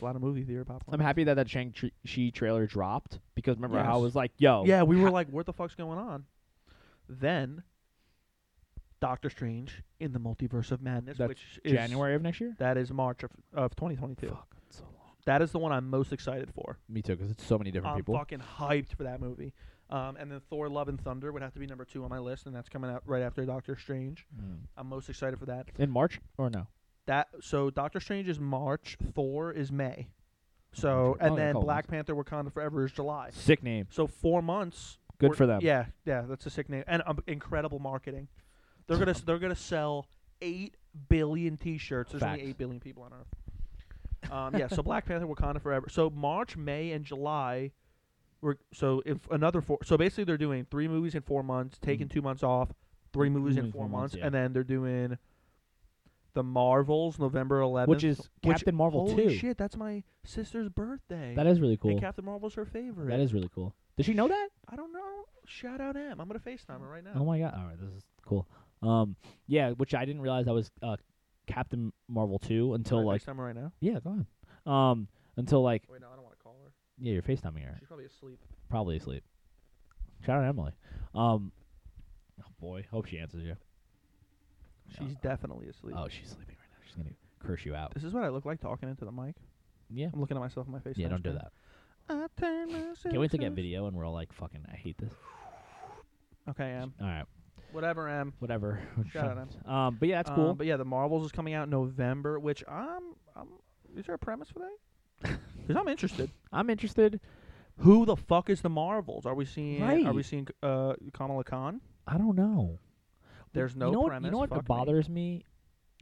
Speaker 1: a lot of movie theater popcorn.
Speaker 2: I'm happy that that Shang Chi trailer dropped because remember how I
Speaker 1: Yes.
Speaker 2: was like, yo,
Speaker 1: yeah, we were like, what the fuck's going on? Then. Doctor Strange in the Multiverse of Madness,
Speaker 2: That's
Speaker 1: which is
Speaker 2: January of next year.
Speaker 1: That is March of, of 2022.
Speaker 2: Fuck, it's so long.
Speaker 1: That is the one I'm most excited for.
Speaker 2: Me too, because it's so many different
Speaker 1: I'm
Speaker 2: people.
Speaker 1: fucking hyped for that movie. Um, and then Thor: Love and Thunder would have to be number two on my list, and that's coming out right after Doctor Strange.
Speaker 2: Mm.
Speaker 1: I'm most excited for that.
Speaker 2: In March or no?
Speaker 1: That so Doctor Strange is March, Thor is May, so
Speaker 2: Okay.
Speaker 1: and
Speaker 2: Oh, yeah,
Speaker 1: then
Speaker 2: couple
Speaker 1: Black Panther: Wakanda Forever is July.
Speaker 2: Sick name.
Speaker 1: So four months.
Speaker 2: Good
Speaker 1: we're-
Speaker 2: for them.
Speaker 1: Yeah, yeah, that's a sick name and um, incredible marketing. They're gonna s- they're gonna sell eight billion T-shirts. There's
Speaker 2: Facts.
Speaker 1: only eight billion people on Earth. Um, yeah, so Black Panther, Wakanda Forever. So March, May, and July. We're, so if another four, so basically they're doing three movies in four months, taking
Speaker 2: Mhm.
Speaker 1: two months off, three movies in
Speaker 2: movies,
Speaker 1: four
Speaker 2: four
Speaker 1: months,
Speaker 2: months, yeah.
Speaker 1: and then they're doing the Marvels November 11th,
Speaker 2: Which is Captain Marvel
Speaker 1: holy
Speaker 2: too.
Speaker 1: shit, that's my sister's birthday.
Speaker 2: That is really cool.
Speaker 1: And Captain Marvel's her favorite.
Speaker 2: That is really cool. Did she know that?
Speaker 1: I don't know. Shout out M. I'm gonna FaceTime her right now.
Speaker 2: Oh my god! All right, this is cool. Um, yeah, which I didn't realize I was uh, Captain Marvel two until
Speaker 1: Can I
Speaker 2: like
Speaker 1: FaceTime her right now.
Speaker 2: yeah, go on. Um, until like
Speaker 1: Wait, no, I don't want to call her.
Speaker 2: yeah, you're FaceTiming her,
Speaker 1: She's probably asleep.
Speaker 2: probably asleep. Shout out Emily. Um, oh boy, hope she answers you.
Speaker 1: She's definitely asleep.
Speaker 2: Oh, she's sleeping right now. She's gonna curse you out.
Speaker 1: This is what I look like talking into the mic.
Speaker 2: Yeah,
Speaker 1: I'm looking at myself in my face.
Speaker 2: yeah, don't do that.
Speaker 1: I turn myself
Speaker 2: Can't wait to get
Speaker 1: off.
Speaker 2: video and we're all like, fucking, I hate this.
Speaker 1: Okay, M.
Speaker 2: All right,
Speaker 1: Whatever, M.
Speaker 2: whatever.
Speaker 1: Shout out,
Speaker 2: Um, but yeah, that's cool.
Speaker 1: Um, but yeah, the Marvels is coming out in November, which I'm. I'm is there a premise for that? Because I'm interested.
Speaker 2: I'm interested.
Speaker 1: Who the fuck is the Marvels? Are we seeing? Are we
Speaker 2: Right.
Speaker 1: seeing uh, Kamala Khan?
Speaker 2: I don't know.
Speaker 1: There's no
Speaker 2: you know
Speaker 1: premise.
Speaker 2: What, you know what
Speaker 1: Fuck me.
Speaker 2: bothers me?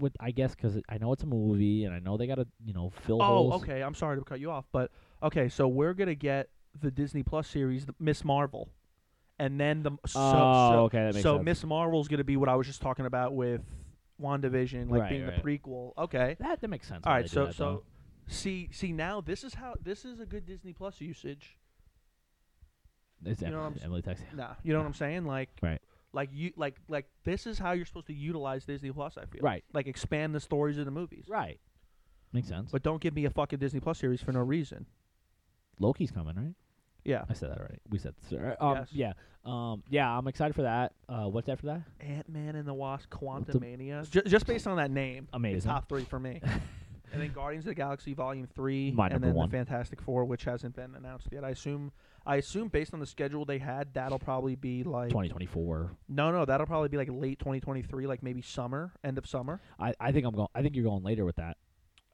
Speaker 2: With I guess because I know it's a movie and I know they gotta you know fill
Speaker 1: Oh,
Speaker 2: holes.
Speaker 1: okay. I'm sorry to cut you off, but okay. So we're gonna get the Disney Plus series, the- Miss Marvel, and then the so
Speaker 2: oh,
Speaker 1: so,
Speaker 2: okay, that makes
Speaker 1: so
Speaker 2: sense.
Speaker 1: Miss Marvel's gonna be what I was just talking about with WandaVision, like
Speaker 2: Right,
Speaker 1: being
Speaker 2: right.
Speaker 1: the prequel. Okay,
Speaker 2: that that makes sense.
Speaker 1: all
Speaker 2: why
Speaker 1: right.
Speaker 2: they do
Speaker 1: So
Speaker 2: that,
Speaker 1: so
Speaker 2: though.
Speaker 1: see see now this is how this is a good Disney Plus usage.
Speaker 2: It's
Speaker 1: you know
Speaker 2: Em-
Speaker 1: what I'm s-
Speaker 2: Emily texting.
Speaker 1: Nah, you know what I'm saying? Like
Speaker 2: Right.
Speaker 1: Like you like like this is how you're supposed to utilize Disney Plus. I feel
Speaker 2: Right,
Speaker 1: like expand the stories of the movies.
Speaker 2: right, makes sense.
Speaker 1: But don't give me a fucking Disney Plus series for no reason.
Speaker 2: Loki's coming, right?
Speaker 1: Yeah.
Speaker 2: I said that already. We said sorry. um,
Speaker 1: Yes.
Speaker 2: yeah, um, yeah. I'm excited for that. Uh, what's after that?
Speaker 1: Ant Man and the Wasp,
Speaker 2: What the-
Speaker 1: Quantum Mania. Just, based on that name, it's
Speaker 2: Amazing.
Speaker 1: top three for me. and then Guardians of the Galaxy Volume Three,
Speaker 2: My
Speaker 1: and
Speaker 2: number
Speaker 1: then
Speaker 2: one.
Speaker 1: the Fantastic Four, which hasn't been announced yet. I assume, I assume based on the schedule they had, that'll probably be like
Speaker 2: 2024.
Speaker 1: no, no, that'll probably be like late 2023, like maybe summer, end of summer.
Speaker 2: I, I think I'm going. I think you're going later with that.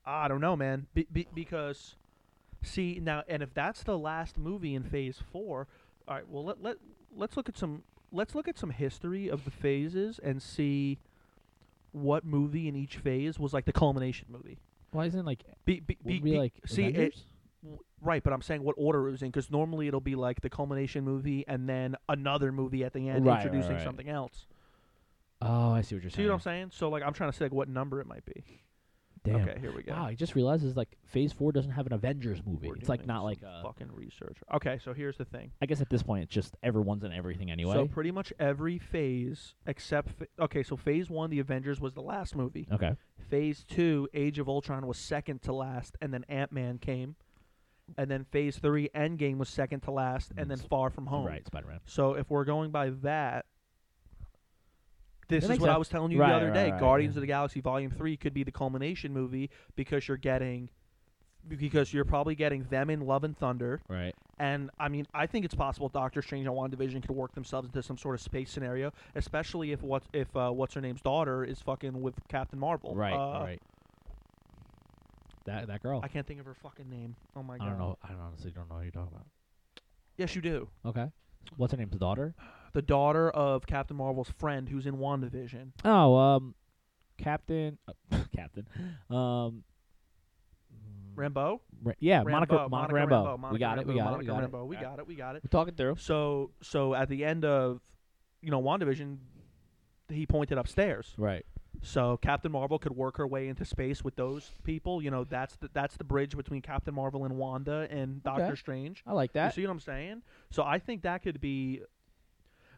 Speaker 1: I don't know, man. Be, be, because see now, and if that's the last movie in Phase Four, all right. Well, let let let's look at some let's look at some history of the phases and see what movie in each phase was like the culmination movie.
Speaker 2: Why isn't like
Speaker 1: Be, be, be,
Speaker 2: would we
Speaker 1: be-
Speaker 2: like
Speaker 1: see it-
Speaker 2: Avengers?
Speaker 1: w- right, but I'm saying what order it was in because normally it'll be like the culmination movie and then another movie at the end
Speaker 2: Right, right,
Speaker 1: introducing
Speaker 2: right.
Speaker 1: something else.
Speaker 2: Oh, I see what you're
Speaker 1: See
Speaker 2: saying.
Speaker 1: what I'm saying? So like I'm trying to say like what number it might be.
Speaker 2: Damn.
Speaker 1: Okay, here we go.
Speaker 2: Wow, I just realized it's like Phase Four doesn't have an Avengers movie.
Speaker 1: We're
Speaker 2: it's like
Speaker 1: doing
Speaker 2: not
Speaker 1: some
Speaker 2: like uh, a,
Speaker 1: fucking research. Okay, so here's the thing.
Speaker 2: I guess at this point it's just everyone's in everything anyway.
Speaker 1: So pretty much every phase except fa- okay, so phase one, the Avengers was the last movie.
Speaker 2: okay.
Speaker 1: Phase two, Age of Ultron was second to last, and then Ant Man came, and then Phase three, Endgame was second to last, and then
Speaker 2: Mm,
Speaker 1: Far From Home.
Speaker 2: Right, Spider Man.
Speaker 1: So if we're going by that, this
Speaker 2: That
Speaker 1: is
Speaker 2: makes
Speaker 1: what I
Speaker 2: sense.
Speaker 1: was telling you
Speaker 2: Right,
Speaker 1: the other
Speaker 2: right,
Speaker 1: day.
Speaker 2: right,
Speaker 1: Guardians
Speaker 2: yeah.
Speaker 1: of the Galaxy Volume Three could be the culmination movie because you're getting, because you're probably getting them in Love and Thunder.
Speaker 2: Right.
Speaker 1: And I mean, I think it's possible Doctor Strange and WandaVision could work themselves into some sort of space scenario, especially if what if uh, what's her name's daughter is fucking with Captain Marvel.
Speaker 2: Right.
Speaker 1: Uh,
Speaker 2: right. That that girl.
Speaker 1: I can't think of her fucking name. Oh my
Speaker 2: I
Speaker 1: god.
Speaker 2: don't know. I don't honestly don't know who you're talking about.
Speaker 1: Yes, you do.
Speaker 2: Okay. What's her name's daughter?
Speaker 1: The daughter of Captain Marvel's friend, who's in WandaVision.
Speaker 2: Oh, um, Captain, uh, Captain, um, mm,
Speaker 1: Rambo.
Speaker 2: Ra- yeah, Monica,
Speaker 1: Rambo,
Speaker 2: Monica, Rambo.
Speaker 1: Monica
Speaker 2: we got it. We
Speaker 1: Rambeau,
Speaker 2: got
Speaker 1: Monica
Speaker 2: it. We got
Speaker 1: Rambeau,
Speaker 2: it.
Speaker 1: We got it. We got it.
Speaker 2: We're talking through.
Speaker 1: So so at the end of, you know, WandaVision, he pointed upstairs.
Speaker 2: Right.
Speaker 1: So Captain Marvel could work her way into space with those people. You know, that's the that's the bridge between Captain Marvel and Wanda and Doctor
Speaker 2: Okay.
Speaker 1: Strange.
Speaker 2: I like
Speaker 1: you
Speaker 2: that.
Speaker 1: see what I'm saying? So I think that could be,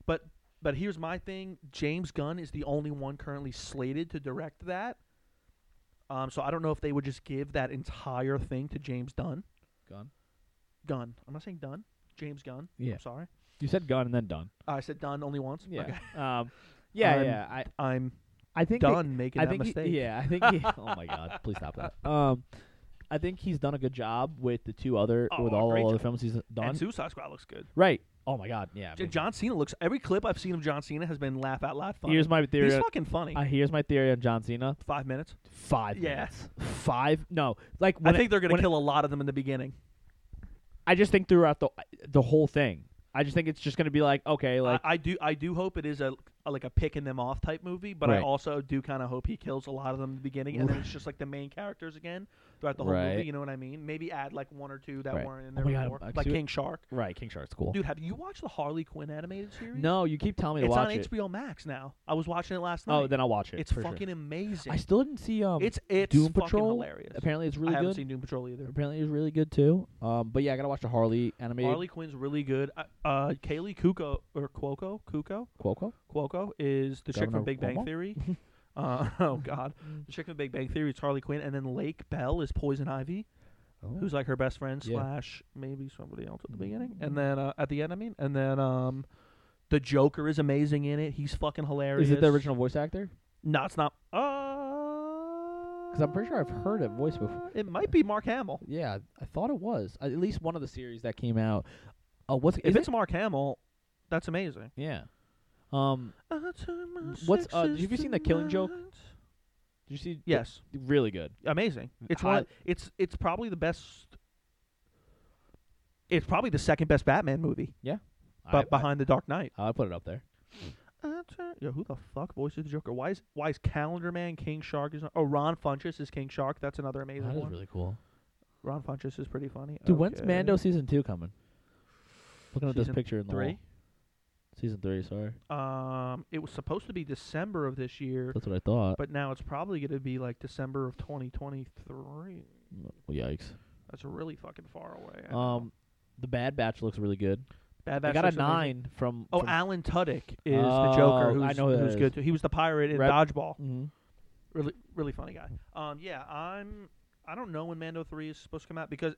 Speaker 1: but but here's my thing: James Gunn is the only one currently slated to direct that. Um, so I don't know if they would just give that entire thing to James Dunn.
Speaker 2: Gun.
Speaker 1: Gunn. I'm not saying Dunn. James Gunn.
Speaker 2: Yeah.
Speaker 1: I'm sorry.
Speaker 2: You said gun and then done.
Speaker 1: I said Dunn only once. Okay.
Speaker 2: Um, yeah,
Speaker 1: I'm
Speaker 2: yeah. I
Speaker 1: I'm
Speaker 2: I think that-
Speaker 1: done making
Speaker 2: I
Speaker 1: that
Speaker 2: think he-
Speaker 1: mistake.
Speaker 2: yeah, I think. He, oh my god, please stop that. Um, I think he's done a good job with the two other
Speaker 1: Oh,
Speaker 2: with
Speaker 1: a
Speaker 2: all the
Speaker 1: great
Speaker 2: other
Speaker 1: job.
Speaker 2: films he's done.
Speaker 1: And Suicide Squad looks good.
Speaker 2: right. Oh my god. Yeah. I
Speaker 1: J-
Speaker 2: mean,
Speaker 1: John Cena looks. Every clip I've seen of John Cena has been laugh out loud funny.
Speaker 2: Here's my
Speaker 1: He's
Speaker 2: theory.
Speaker 1: fucking funny.
Speaker 2: uh, here's my theory on John Cena.
Speaker 1: Five minutes.
Speaker 2: Five
Speaker 1: Yeah.
Speaker 2: minutes. Five. No, like when
Speaker 1: I
Speaker 2: it-
Speaker 1: think they're gonna
Speaker 2: when it-
Speaker 1: kill a lot of them in the beginning.
Speaker 2: I just think throughout the the whole thing, I just think it's just gonna be like okay, like
Speaker 1: I, I do. I do hope it is a, a- like a picking them off type movie, but I
Speaker 2: Right.
Speaker 1: also do kind of hope he kills a lot of them in the beginning, and then it's just like the main characters again throughout the whole
Speaker 2: Right.
Speaker 1: movie. You know what I mean? Maybe add like one or two that
Speaker 2: Right.
Speaker 1: weren't in
Speaker 2: Oh
Speaker 1: there
Speaker 2: my God,
Speaker 1: before,
Speaker 2: I
Speaker 1: like
Speaker 2: see what-
Speaker 1: King Shark.
Speaker 2: right, King Shark's cool.
Speaker 1: Dude, have you watched the Harley Quinn animated series?
Speaker 2: No, you keep telling me to
Speaker 1: it's
Speaker 2: watch
Speaker 1: on
Speaker 2: it.
Speaker 1: HBO Max now. I was watching it last night.
Speaker 2: Oh, then I'll watch it.
Speaker 1: it's
Speaker 2: for sure.
Speaker 1: fucking amazing.
Speaker 2: I still didn't see um.
Speaker 1: it's it's
Speaker 2: Doom
Speaker 1: fucking
Speaker 2: Patrol?
Speaker 1: hilarious.
Speaker 2: apparently it's really
Speaker 1: I haven't
Speaker 2: good.
Speaker 1: seen Doom Patrol either.
Speaker 2: Apparently it's really good too. Um, but yeah, I gotta watch the Harley animated
Speaker 1: Harley Quinn's really good. Uh, uh, Kaylee Cuoco or Cuoco, Cuoco,
Speaker 2: Cuoco.
Speaker 1: Cuoco is the chick
Speaker 2: Governor
Speaker 1: from Big Bang
Speaker 2: Cuomo?
Speaker 1: Theory. uh, oh God, the chick from Big Bang Theory is Harley Quinn, and then Lake Bell is Poison Ivy,
Speaker 2: Oh.
Speaker 1: who's like her best friend
Speaker 2: Yeah.
Speaker 1: slash maybe somebody else at the beginning, and then uh, at the end, I mean, and then um, the Joker is amazing in it. He's fucking hilarious.
Speaker 2: is it the original voice actor?
Speaker 1: No, it's not. Because
Speaker 2: I'm pretty sure I've heard that voice before.
Speaker 1: It might be Mark Hamill.
Speaker 2: Yeah, I thought it was at least one of the series that came out. Uh, what's
Speaker 1: If
Speaker 2: is
Speaker 1: it's Mark Hamill, that's amazing.
Speaker 2: it? Yeah. Um,
Speaker 1: What's
Speaker 2: What's, uh, have you seen The Killing Joke? did you see?
Speaker 1: Yes,
Speaker 2: really good.
Speaker 1: amazing. It's
Speaker 2: I-
Speaker 1: one. It's it's probably the best. It's probably the second best Batman movie, but
Speaker 2: I,
Speaker 1: behind The Dark Knight.
Speaker 2: I, I put it up there.
Speaker 1: Yo, who the fuck voices the Joker? Why is why is Calendar Man King Shark? Is oh Ron Funches is King Shark. That's another amazing
Speaker 2: That is
Speaker 1: one.
Speaker 2: really cool.
Speaker 1: Ron Funches is pretty funny.
Speaker 2: Dude, when's
Speaker 1: Okay.
Speaker 2: Mando season two coming? Looking at this
Speaker 1: Season
Speaker 2: picture in the
Speaker 1: three.
Speaker 2: wall. Season three, sorry.
Speaker 1: Um, it was supposed to be December of this year,
Speaker 2: That's what I thought.
Speaker 1: but now it's probably going to be like December of 2023.
Speaker 2: Mm, Yikes.
Speaker 1: That's really fucking far away. I know.
Speaker 2: Um, The Bad Batch looks really good.
Speaker 1: Bad
Speaker 2: I
Speaker 1: Batch
Speaker 2: got a
Speaker 1: looks amazing.
Speaker 2: nine from.
Speaker 1: Oh,
Speaker 2: from,
Speaker 1: Alan Tudyk is the Joker,
Speaker 2: Oh,
Speaker 1: who's,
Speaker 2: I know who that
Speaker 1: who's
Speaker 2: is.
Speaker 1: good too. He was the pirate in
Speaker 2: Rep-
Speaker 1: Dodgeball.
Speaker 2: Mhm.
Speaker 1: Really, really funny guy. Um, yeah, I'm. I don't know when Mando three is supposed to come out because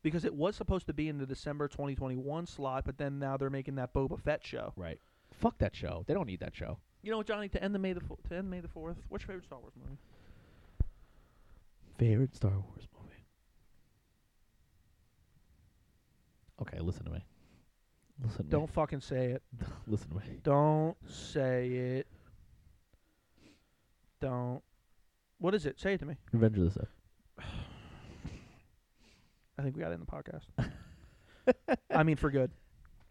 Speaker 1: because it was supposed to be in the December 2021 slot, but then now they're making that Boba Fett show.
Speaker 2: Right. Fuck that show. They don't need that show.
Speaker 1: You know, what, Johnny, to end the May the fo- to end May the fourth. What's your favorite Star Wars movie?
Speaker 2: Favorite Star Wars movie. Okay, listen to me. Listen. To
Speaker 1: Don't fucking say it.
Speaker 2: me. listen to me.
Speaker 1: Don't say it. Don't. What is it? Say it to me.
Speaker 2: Revenge of the Sith.
Speaker 1: I think we got it in the podcast. I mean, for good.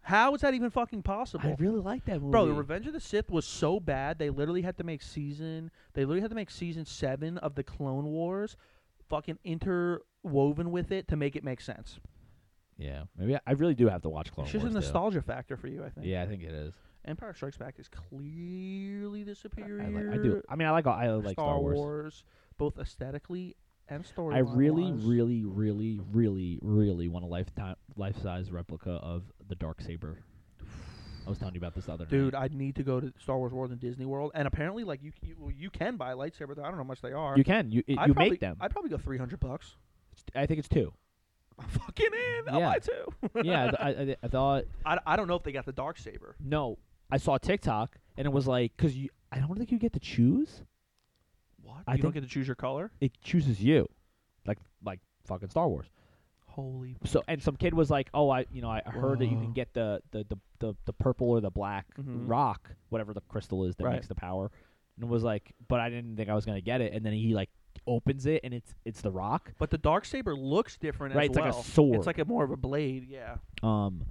Speaker 1: How is that even fucking possible?
Speaker 2: I really like that movie.
Speaker 1: Bro, the Revenge of the Sith was so bad they literally had to make season they literally had to make season seven of the Clone Wars fucking interwoven with it to make it make sense.
Speaker 2: yeah, maybe I, I really do have to watch Clone
Speaker 1: it's just
Speaker 2: Wars.
Speaker 1: a
Speaker 2: though.
Speaker 1: nostalgia factor for you, I think.
Speaker 2: Yeah, I think it is.
Speaker 1: Empire Strikes Back is clearly the superior
Speaker 2: I, like, I do. I mean, I like all, I like Star, Wars.
Speaker 1: both aesthetically and story.
Speaker 2: I really, really, really, really, really want a lifetime, life-size replica of the dark saber. I was telling you about this the other
Speaker 1: Dude,
Speaker 2: night.
Speaker 1: I need to go to Star Wars World and Disney World, and apparently, like you, you, well, you can buy lightsaber. There, I don't know how much they are.
Speaker 2: you can you it,
Speaker 1: I'd
Speaker 2: you
Speaker 1: probably,
Speaker 2: make them.
Speaker 1: I'd probably go three hundred bucks.
Speaker 2: I, think it's two.
Speaker 1: I'm fucking in. I'll
Speaker 2: Yeah.
Speaker 1: buy two.
Speaker 2: yeah, I, th- I, I, I thought
Speaker 1: I, I don't know if they got the dark saber.
Speaker 2: no. I saw TikTok and it was like because you. I don't think you get to choose.
Speaker 1: What?
Speaker 2: I
Speaker 1: you don't
Speaker 2: think-
Speaker 1: get to choose your color.
Speaker 2: It chooses you, like like fucking Star Wars.
Speaker 1: Holy.
Speaker 2: So and some kid was like, "Oh, I you know I heard that you
Speaker 1: Whoa.
Speaker 2: can get the the the, the, the purple or the black
Speaker 1: Mhm.
Speaker 2: rock, whatever the crystal is that
Speaker 1: Right.
Speaker 2: makes the power," and was like, "But I didn't think I was gonna get it." And then he like opens it and it's it's the rock.
Speaker 1: But the dark saber looks different
Speaker 2: Right, it's
Speaker 1: as
Speaker 2: like a
Speaker 1: well.
Speaker 2: sword.
Speaker 1: It's like a more of a blade. Yeah.
Speaker 2: Um,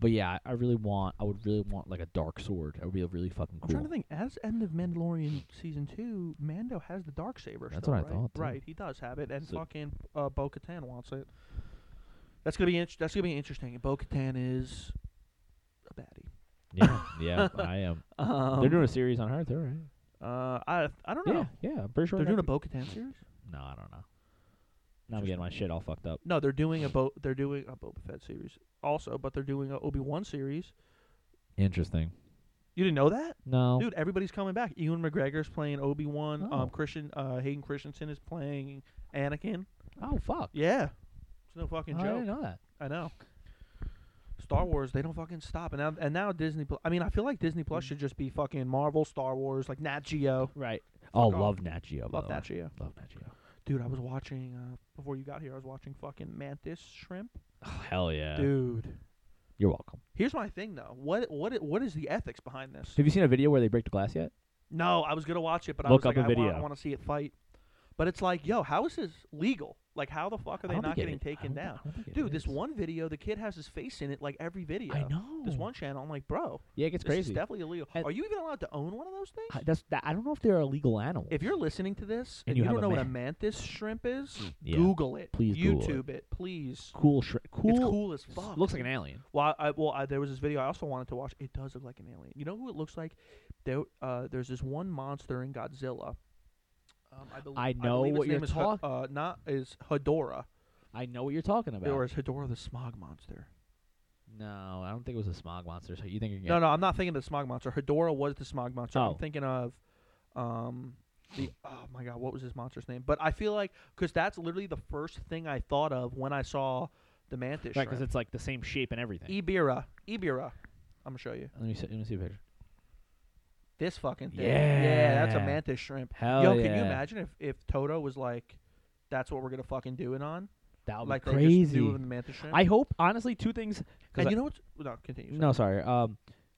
Speaker 2: but yeah, I, I really want. I would really want like a dark sword. That would be really fucking
Speaker 1: I'm
Speaker 2: cool.
Speaker 1: trying to think. As end of Mandalorian season two, Mando has the dark saber.
Speaker 2: That's
Speaker 1: still,
Speaker 2: what I
Speaker 1: right?
Speaker 2: thought, too.
Speaker 1: Right, he does have it, and
Speaker 2: So-
Speaker 1: fucking uh, Bo Katan wants it. That's gonna be int- that's gonna be interesting. Bo Katan is a baddie.
Speaker 2: Yeah, yeah, I am.
Speaker 1: Um,
Speaker 2: They're doing a series on her too, right?
Speaker 1: Uh, I I don't know.
Speaker 2: Yeah, yeah. I'm pretty sure
Speaker 1: They're doing a
Speaker 2: next
Speaker 1: Bo Katan series.
Speaker 2: week- No, I don't know. Now I'm
Speaker 1: Just-
Speaker 2: getting my shit all fucked up.
Speaker 1: No, they're doing a Bo- they're doing a Boba Fett series also, but they're doing a Obi Wan series.
Speaker 2: Interesting.
Speaker 1: You didn't know that?
Speaker 2: No.
Speaker 1: Dude, everybody's coming back. Ewan McGregor's playing Obi Wan.
Speaker 2: Oh.
Speaker 1: Um, Christian uh, Hayden Christensen is playing Anakin.
Speaker 2: Oh fuck.
Speaker 1: Yeah, it's no fucking
Speaker 2: Oh, I didn't
Speaker 1: joke.
Speaker 2: know that.
Speaker 1: I know. Star Wars, they don't fucking stop. And now, and now Disney. Pl- I mean, I feel like Disney
Speaker 2: Mm.
Speaker 1: Plus should just be fucking Marvel, Star Wars, like Nat Geo.
Speaker 2: Right. Oh,
Speaker 1: Fuck off.
Speaker 2: love Nat Geo. by
Speaker 1: Love
Speaker 2: the way.
Speaker 1: Nat Geo,
Speaker 2: Love Nat Geo.
Speaker 1: dude. I was watching uh, before you got here. I was watching fucking Mantis Shrimp,
Speaker 2: Oh, hell yeah.
Speaker 1: dude.
Speaker 2: You're welcome.
Speaker 1: Here's my thing though. What what i- what is the ethics behind this?
Speaker 2: Have you seen a video where they break the glass yet?
Speaker 1: No, I was gonna watch it, but
Speaker 2: Look
Speaker 1: I
Speaker 2: up
Speaker 1: was like,
Speaker 2: a
Speaker 1: I want, I
Speaker 2: video.
Speaker 1: want to see it fight. But it's like, yo, how is this legal? Like, how the fuck are
Speaker 2: I
Speaker 1: they
Speaker 2: don't
Speaker 1: not
Speaker 2: think
Speaker 1: getting
Speaker 2: it- I
Speaker 1: taken
Speaker 2: don't- I
Speaker 1: down?
Speaker 2: don't think it
Speaker 1: Dude, this
Speaker 2: is.
Speaker 1: one video, the kid has his face in it, like every video.
Speaker 2: I know.
Speaker 1: This one channel, I'm like, bro,
Speaker 2: Yeah, it gets
Speaker 1: this is
Speaker 2: crazy.
Speaker 1: definitely illegal.
Speaker 2: And-
Speaker 1: are you even allowed to own one of those things?
Speaker 2: I, that's that, I don't know if they're a legal animal.
Speaker 1: if you're listening to this and,
Speaker 2: And
Speaker 1: you,
Speaker 2: you have
Speaker 1: don't
Speaker 2: a
Speaker 1: know what a
Speaker 2: man- Mm,
Speaker 1: mantis shrimp is,
Speaker 2: Yeah.
Speaker 1: Google it.
Speaker 2: Please Google
Speaker 1: YouTube
Speaker 2: it.
Speaker 1: it, please.
Speaker 2: cool, shri- cool,
Speaker 1: It's cool as fuck.
Speaker 2: Looks like an alien.
Speaker 1: Well, I, well, I, there was this video I also wanted to watch. It does look like an alien. You know who it looks like? There, uh, there's this one monster in Godzilla. Um, I, believe
Speaker 2: I know
Speaker 1: believe
Speaker 2: what
Speaker 1: his
Speaker 2: you're
Speaker 1: name is H-
Speaker 2: talk-
Speaker 1: uh, not is Hedora,
Speaker 2: I know what you're talking about.
Speaker 1: or is Hedora the smog monster?
Speaker 2: no, I don't think it was a smog monster. So you think you're
Speaker 1: No, no, I'm not thinking of the smog monster. Hedora was the smog monster.
Speaker 2: Oh.
Speaker 1: I'm thinking of, um, the oh my god, what was this monster's name? But I feel like because that's literally the first thing I thought of when I saw the mantis.
Speaker 2: right? Because
Speaker 1: shrimp. E
Speaker 2: it's like the same shape and everything.
Speaker 1: Ibira, Ibira. I'm gonna show you
Speaker 2: let me see, let me see a picture.
Speaker 1: this fucking thing. yeah that's a
Speaker 2: Yeah.
Speaker 1: mantis shrimp.
Speaker 2: Hell
Speaker 1: Yo,
Speaker 2: yeah!
Speaker 1: can you imagine if, if Toto was like, that's what we're gonna fucking do it on?
Speaker 2: That would
Speaker 1: like
Speaker 2: be
Speaker 1: they just
Speaker 2: crazy.
Speaker 1: do it in the mantis shrimp.
Speaker 2: I hope honestly two things. 'cause
Speaker 1: and
Speaker 2: I-
Speaker 1: you know what's no continue.
Speaker 2: No, sorry. Um,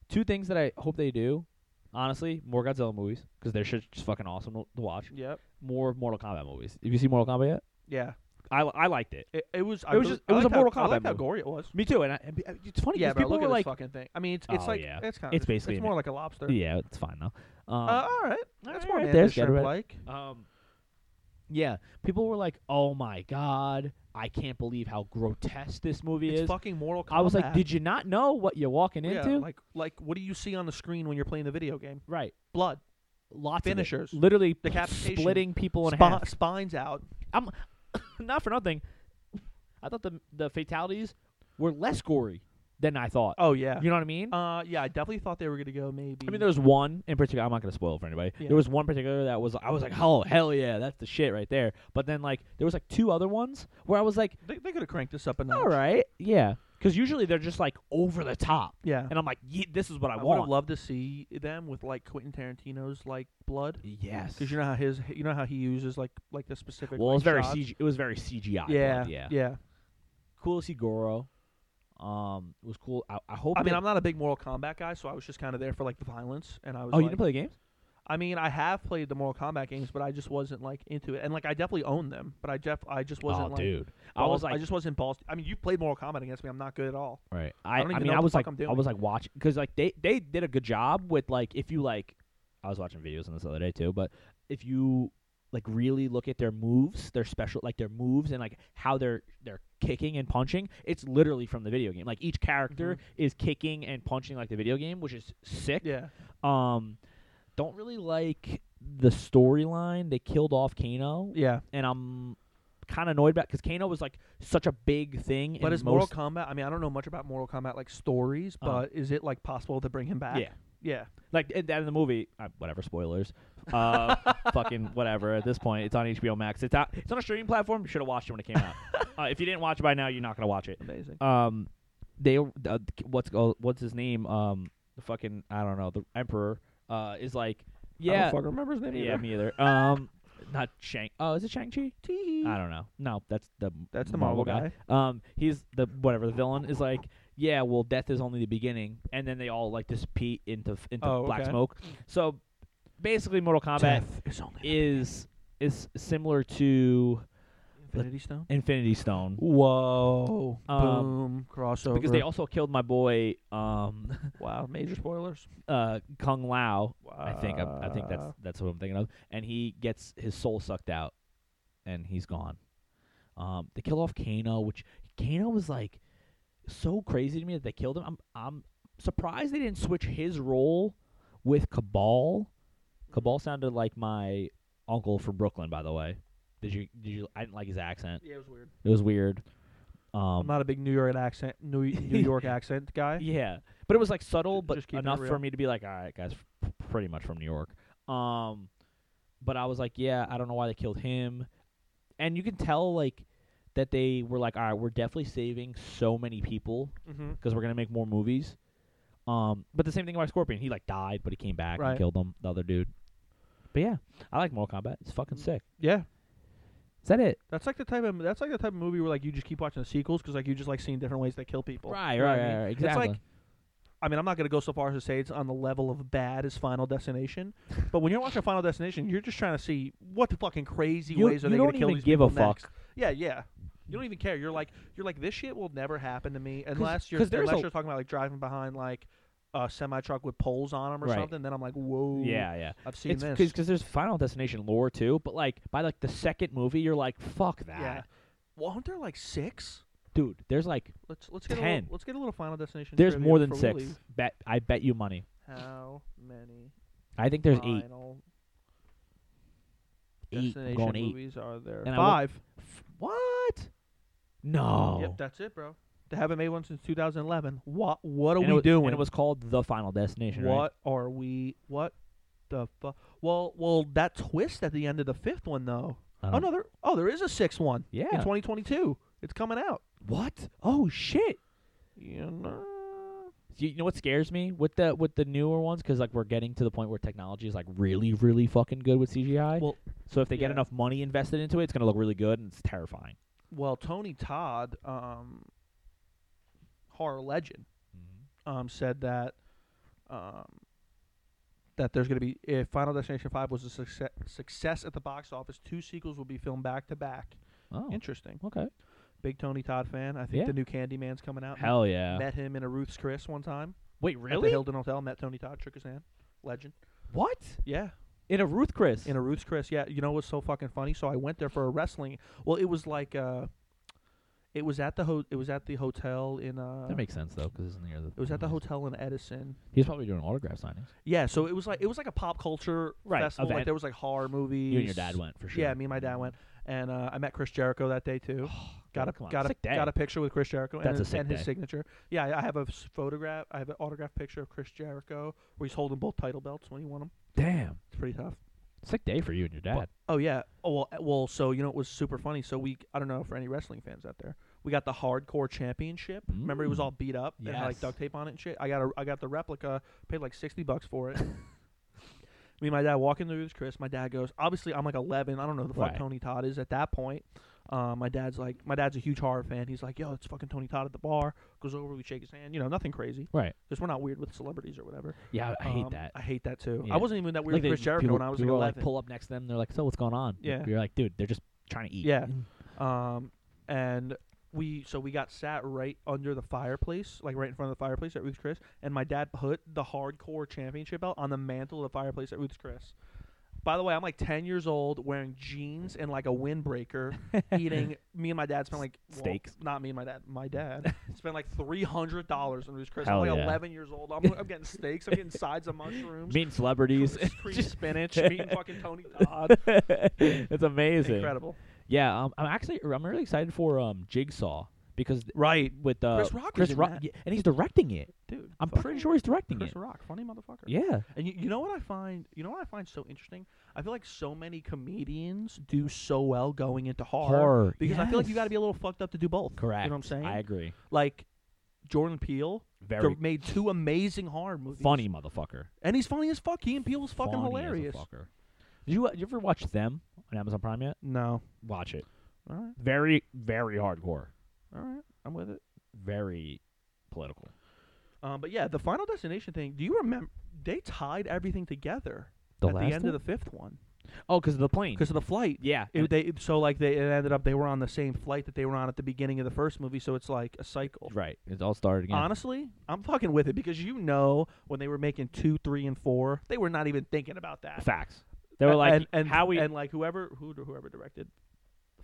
Speaker 2: two things that I hope they do. Honestly, more Godzilla movies because they're shit's just fucking awesome to to watch.
Speaker 1: sorry. Yep.
Speaker 2: More Mortal Kombat movies. Have you seen Mortal Kombat yet?
Speaker 1: Yeah.
Speaker 2: I, I liked it.
Speaker 1: It, it was. I
Speaker 2: It was
Speaker 1: really-
Speaker 2: just- it
Speaker 1: I
Speaker 2: was a
Speaker 1: liked how,
Speaker 2: Mortal
Speaker 1: I liked
Speaker 2: Kombat
Speaker 1: how
Speaker 2: movie.
Speaker 1: gory it was.
Speaker 2: Me too. And, I, and it's funny
Speaker 1: Yeah,
Speaker 2: because
Speaker 1: bro.
Speaker 2: people
Speaker 1: Look
Speaker 2: were
Speaker 1: at
Speaker 2: like,
Speaker 1: this fucking thing. I mean, it's, it's
Speaker 2: Oh,
Speaker 1: like
Speaker 2: yeah.
Speaker 1: it's kind of
Speaker 2: It's basically
Speaker 1: it's
Speaker 2: an-
Speaker 1: more like a lobster.
Speaker 2: yeah, it's fine though. Um,
Speaker 1: uh, all right,
Speaker 2: all
Speaker 1: that's more
Speaker 2: right,
Speaker 1: mantis
Speaker 2: there's- get
Speaker 1: shrimp
Speaker 2: rid-
Speaker 1: like.
Speaker 2: um, Yeah, people were like, "Oh my god, I can't believe how grotesque this movie
Speaker 1: it's
Speaker 2: is."
Speaker 1: fucking Mortal Kombat.
Speaker 2: I was like, "Did you not know what you're walking
Speaker 1: yeah,
Speaker 2: into?"
Speaker 1: like like what do you see on the screen when you're playing the video game?
Speaker 2: right,
Speaker 1: Blood,
Speaker 2: lots
Speaker 1: Finishers.
Speaker 2: of it. literally
Speaker 1: Decapitation.
Speaker 2: splitting people in
Speaker 1: Spi-
Speaker 2: half.
Speaker 1: spines out.
Speaker 2: I'm not for nothing. I thought the the fatalities were less gory than I thought.
Speaker 1: Oh yeah.
Speaker 2: You know what I mean?
Speaker 1: Uh yeah, I definitely thought they were gonna go maybe.
Speaker 2: I mean, there was one in particular. I'm not gonna spoil it for anybody.
Speaker 1: Yeah.
Speaker 2: There was one particular that was I was like, oh hell yeah, that's the shit right there. But then like there was like two other ones where I was like,
Speaker 1: they, they could have cranked this up a notch.
Speaker 2: all right, yeah, because usually they're just like over the top,
Speaker 1: Yeah.
Speaker 2: and I'm like, yeah, this is what I,
Speaker 1: I would have
Speaker 2: want.
Speaker 1: loved to see them with like Quentin Tarantino's like blood,
Speaker 2: yes,
Speaker 1: because you know how his you know how he uses like like the specific.
Speaker 2: well, it
Speaker 1: like,
Speaker 2: was very
Speaker 1: shots?
Speaker 2: CG. It was very CGI.
Speaker 1: Yeah,
Speaker 2: blood,
Speaker 1: yeah,
Speaker 2: yeah. Cool to see Goro. Um, it was cool. I, I hope.
Speaker 1: I mean,
Speaker 2: they-
Speaker 1: I'm not a big Mortal Kombat guy, so I was just kind of there for like the violence, and I was.
Speaker 2: Oh, you
Speaker 1: like-
Speaker 2: didn't play the games?
Speaker 1: I mean, I have played the Mortal Kombat games, but I just wasn't like into it, and like I definitely owned them, but I def I just wasn't
Speaker 2: oh,
Speaker 1: like.
Speaker 2: dude. I
Speaker 1: balls-
Speaker 2: was like,
Speaker 1: I just wasn't balls. I mean, you played Mortal Kombat against me. I'm not good at all.
Speaker 2: Right. I, I,
Speaker 1: don't even
Speaker 2: mean,
Speaker 1: know
Speaker 2: I
Speaker 1: what the
Speaker 2: was
Speaker 1: fuck
Speaker 2: like,
Speaker 1: I'm
Speaker 2: I
Speaker 1: doing.
Speaker 2: was like watching because like they they did a good job with like if you like, I was watching videos on this the other day too, but if you like really look at their moves, their special like their moves and like how they're they're kicking and punching, it's literally from the video game. Like each character is kicking and punching like the video game, which is sick.
Speaker 1: Mm-hmm. Yeah,
Speaker 2: Um, don't really like the storyline. They killed off Kano,
Speaker 1: yeah.
Speaker 2: and I'm kind of annoyed about because Kano was like such a big thing.
Speaker 1: But
Speaker 2: in
Speaker 1: is
Speaker 2: most
Speaker 1: Mortal Kombat? I mean, I don't know much about Mortal Kombat like stories,
Speaker 2: Uh-huh.
Speaker 1: but is it like possible to bring him back?
Speaker 2: yeah.
Speaker 1: yeah.
Speaker 2: like at the end of the movie, uh, whatever spoilers, uh, fucking whatever. At this point, it's on HBO Max. It's out. It's on a streaming platform. You should have watched it when it came out. uh, if you didn't watch it by now, you're not gonna watch it.
Speaker 1: Amazing.
Speaker 2: Um, they uh, what's oh, what's his name? Um, the fucking I don't know. The emperor uh is like yeah
Speaker 1: I don't fucking remember his name.
Speaker 2: yeah
Speaker 1: either.
Speaker 2: me either. Um, not Shang. Oh, is it Shang Chi?
Speaker 1: Tee.
Speaker 2: I don't know. No, that's the
Speaker 1: That's the Marvel, guy.
Speaker 2: um, he's the whatever the villain is like. Yeah, well, death is only the beginning, and then they all like dissipate into f- into
Speaker 1: Oh,
Speaker 2: black
Speaker 1: okay.
Speaker 2: smoke. So basically, Mortal Kombat
Speaker 1: is only
Speaker 2: is is similar to
Speaker 1: Infinity Stone.
Speaker 2: Infinity Stone
Speaker 1: Whoa!
Speaker 2: Um,
Speaker 1: Boom! Crossover.
Speaker 2: because they also killed my boy um,
Speaker 1: wow, major spoilers.
Speaker 2: uh, Kung Lao.
Speaker 1: Wow.
Speaker 2: I think I'm- I think
Speaker 1: Uh.
Speaker 2: that's that's what I'm thinking of, and he gets his soul sucked out, and he's gone. Um, they kill off Kano, which Kano was like so crazy to me that they killed him. I'm I'm surprised they didn't switch his role with Cabal. Cabal sounded like my uncle from Brooklyn, by the way. Did you did you? I didn't like his accent.
Speaker 1: yeah, it was weird.
Speaker 2: It was weird. Um,
Speaker 1: I'm not a big New York accent New New York accent guy.
Speaker 2: yeah, but it was like subtle, but
Speaker 1: just keeping it
Speaker 2: enough for
Speaker 1: real.
Speaker 2: me to be like, all right, guys, f- pretty much from New York. Um, but I was like, yeah, I don't know why they killed him, and you can tell like that they were like, all right, we're definitely saving so many people
Speaker 1: Mm-hmm.
Speaker 2: because we're gonna make more movies. Um, but the same thing about Scorpion, he like died, but he came back
Speaker 1: Right.
Speaker 2: and killed him, the other dude. But yeah, I like Mortal Kombat. It's fucking
Speaker 1: Mm.
Speaker 2: sick.
Speaker 1: Yeah,
Speaker 2: Is that it?
Speaker 1: that's like the type of that's like the type of movie where like you just keep watching the sequels because like you just like seeing different ways they kill people.
Speaker 2: Right,
Speaker 1: You know
Speaker 2: right,
Speaker 1: what I mean?
Speaker 2: right, right, exactly.
Speaker 1: It's like, I mean, I'm not gonna go so far as to say it's on the level of bad as Final Destination, but when you're watching Final Destination, you're just trying to see what the fucking crazy
Speaker 2: You-
Speaker 1: ways are
Speaker 2: you
Speaker 1: they
Speaker 2: don't
Speaker 1: gonna kill
Speaker 2: even
Speaker 1: these
Speaker 2: give a
Speaker 1: people
Speaker 2: fuck.
Speaker 1: next. Yeah, yeah. You don't even care. You're like, you're like, this shit will never happen to me unless you're
Speaker 2: 'cause there's
Speaker 1: unless
Speaker 2: a-
Speaker 1: you're talking about like driving behind like a semi truck with poles on them or
Speaker 2: Right.
Speaker 1: something. Then I'm like, whoa,
Speaker 2: yeah, yeah.
Speaker 1: I've seen this.
Speaker 2: because there's Final Destination lore too. But like by like the second movie, you're like, fuck that,
Speaker 1: yeah. Well, aren't there like six?
Speaker 2: dude. There's like
Speaker 1: Let's let's get a
Speaker 2: Ten.
Speaker 1: little, let's get a little Final Destination.
Speaker 2: there's
Speaker 1: trivia
Speaker 2: more than
Speaker 1: before we
Speaker 2: six.
Speaker 1: leave.
Speaker 2: Bet I bet you money.
Speaker 1: How many?
Speaker 2: I think there's eight.
Speaker 1: final
Speaker 2: Eight. I'm
Speaker 1: Destination
Speaker 2: going eight.
Speaker 1: movies are there?
Speaker 2: And I wa- Oh.
Speaker 1: Five.
Speaker 2: F- What? No.
Speaker 1: Yep, that's it, bro. They haven't made one since 2011. What? What are
Speaker 2: And
Speaker 1: we
Speaker 2: it was,
Speaker 1: doing?
Speaker 2: And it was called the Final Destination.
Speaker 1: what
Speaker 2: Right?
Speaker 1: are we? What the fuck? Well, well, that twist at the end of the fifth one, though.
Speaker 2: I
Speaker 1: Oh
Speaker 2: don't-
Speaker 1: no, there. Oh, there is a sixth one
Speaker 2: Uh-huh. Yeah.
Speaker 1: in 2022. It's coming out.
Speaker 2: what? Oh shit.
Speaker 1: You know.
Speaker 2: You, you know what scares me with the with the newer ones because like we're getting to the point where technology is like really really fucking good with CGI.
Speaker 1: Well,
Speaker 2: so if they get
Speaker 1: yeah.
Speaker 2: enough money invested into it, it's gonna look really good and it's terrifying.
Speaker 1: Well, Tony Todd, um, horror legend.
Speaker 2: Mm-hmm.
Speaker 1: um, said that um, that there's going to be if Final Destination Five was a success, success at the box office, two sequels will be filmed back to back.
Speaker 2: Oh,
Speaker 1: Interesting.
Speaker 2: okay.
Speaker 1: Big Tony Todd fan. I think
Speaker 2: Yeah.
Speaker 1: the new Candyman's coming out.
Speaker 2: Hell yeah.
Speaker 1: Met him in a Ruth's Chris one time
Speaker 2: Wait,
Speaker 1: at the Hilton Hotel. Met Tony Todd, shook his hand. Legend.
Speaker 2: What?
Speaker 1: Yeah,
Speaker 2: in a Ruth Chris.
Speaker 1: in a Ruth's Chris. Yeah, you know what's so fucking funny? So I went there for a wrestling. Well, it was like uh, it was at the ho- it was at the hotel in uh,
Speaker 2: that makes sense though, because it's near the.
Speaker 1: it was at the hotel in Edison.
Speaker 2: He's probably doing autograph signings.
Speaker 1: Yeah, so it was like it was like a pop culture
Speaker 2: Right,
Speaker 1: festival. Like
Speaker 2: event.
Speaker 1: there was like horror movies.
Speaker 2: You and your dad went for sure. Oh,
Speaker 1: Yeah, me and my dad went, and uh, I met Chris Jericho that day too. got a
Speaker 2: come on,
Speaker 1: got a
Speaker 2: sick day.
Speaker 1: got a picture with Chris Jericho and,
Speaker 2: That's a
Speaker 1: his,
Speaker 2: sick
Speaker 1: and his
Speaker 2: day.
Speaker 1: signature. Yeah, I- I have a s- photograph. I have an autograph picture of Chris Jericho where he's holding both title belts when he won them.
Speaker 2: Damn,
Speaker 1: It's pretty tough.
Speaker 2: sick day for you and your dad.
Speaker 1: Oh yeah. Oh well. uh, Well, so you know it was super funny. So we, I don't know for any wrestling fans out there, we got the hardcore championship. Remember, it was
Speaker 2: Mm.
Speaker 1: all beat up and had, like
Speaker 2: Yes.
Speaker 1: duct tape on it and shit. I got a, I got the replica. Paid like sixty bucks for it. Me and my dad walking through this, Chris. My dad goes, obviously I'm like 11. I don't know who the fuck
Speaker 2: Right.
Speaker 1: Tony Todd is at that point. Um, my dad's like, my dad's a huge horror fan. He's like, yo, it's fucking Tony Todd at the bar. Goes over, we shake his hand. You know, nothing crazy
Speaker 2: Right.
Speaker 1: because we're not weird with celebrities or whatever.
Speaker 2: Yeah, I, I hate
Speaker 1: Um,
Speaker 2: that.
Speaker 1: I hate that too.
Speaker 2: Yeah.
Speaker 1: I wasn't even that weird
Speaker 2: they-
Speaker 1: with Chris Jericho
Speaker 2: people,
Speaker 1: when I was like
Speaker 2: people,
Speaker 1: 11.
Speaker 2: like pull up next to them. They're like, "So what's going on?"
Speaker 1: Yeah.
Speaker 2: You're like, "Dude, they're just trying to eat."
Speaker 1: Yeah. Um, and we so we got sat right under the fireplace, like right in front of the fireplace at Ruth's Chris, and my dad put the hardcore championship belt on the mantle of the fireplace at Ruth's Chris. By the way, I'm like 10 years old, wearing jeans and like a windbreaker, eating. Me and my dad spent like well,
Speaker 2: Steaks.
Speaker 1: not me and my dad. My dad spent like three hundred dollars on Ruth's Chris.
Speaker 2: Hell
Speaker 1: I'm like
Speaker 2: yeah.
Speaker 1: 11 years old. I'm, I'm getting steaks. I'm getting sides of mushrooms.
Speaker 2: Meeting celebrities.
Speaker 1: Cream spinach. Meeting fucking Tony Todd.
Speaker 2: it's amazing.
Speaker 1: Incredible.
Speaker 2: Yeah, um, I'm actually I'm really excited for um Jigsaw because th-
Speaker 1: Right,
Speaker 2: with uh,
Speaker 1: Chris Rock is in
Speaker 2: Rock,
Speaker 1: that.
Speaker 2: yeah, and he's directing it.
Speaker 1: dude.
Speaker 2: I'm
Speaker 1: fucking-
Speaker 2: pretty sure he's directing
Speaker 1: Chris
Speaker 2: it.
Speaker 1: Rock, funny motherfucker.
Speaker 2: Yeah,
Speaker 1: And you, you know what I find? You know what I find so interesting? I feel like so many comedians do so well going into horror,
Speaker 2: Horror,
Speaker 1: because I feel like you
Speaker 2: yes.
Speaker 1: got to be a little fucked up to do both.
Speaker 2: correct.
Speaker 1: You know what I'm saying?
Speaker 2: I agree.
Speaker 1: like Jordan Peele dir-
Speaker 2: Very
Speaker 1: made two amazing horror movies.
Speaker 2: funny motherfucker.
Speaker 1: and he's funny as fuck. He and Peele was fucking
Speaker 2: Funny as a
Speaker 1: hilarious.
Speaker 2: fucker. Did you, uh, you ever watch them on Amazon Prime yet?
Speaker 1: No,
Speaker 2: Watch it.
Speaker 1: all right,
Speaker 2: Very very hardcore.
Speaker 1: all right, I'm with it.
Speaker 2: Very political.
Speaker 1: Um, but yeah, the Final Destination thing. Do you remember? They tied everything together at the end of the fifth one
Speaker 2: oh, because of the plane.
Speaker 1: because of the flight.
Speaker 2: Yeah,
Speaker 1: It, they so like they it ended up they were on the same flight that they were on at the beginning of the first movie, so it's like a cycle.
Speaker 2: right. It all started again.
Speaker 1: Honestly, I'm fucking with it because you know when they were making two, three, and four, they were not even thinking about that.
Speaker 2: Facts. They were like,
Speaker 1: and, and
Speaker 2: "How we?"
Speaker 1: and like whoever who whoever directed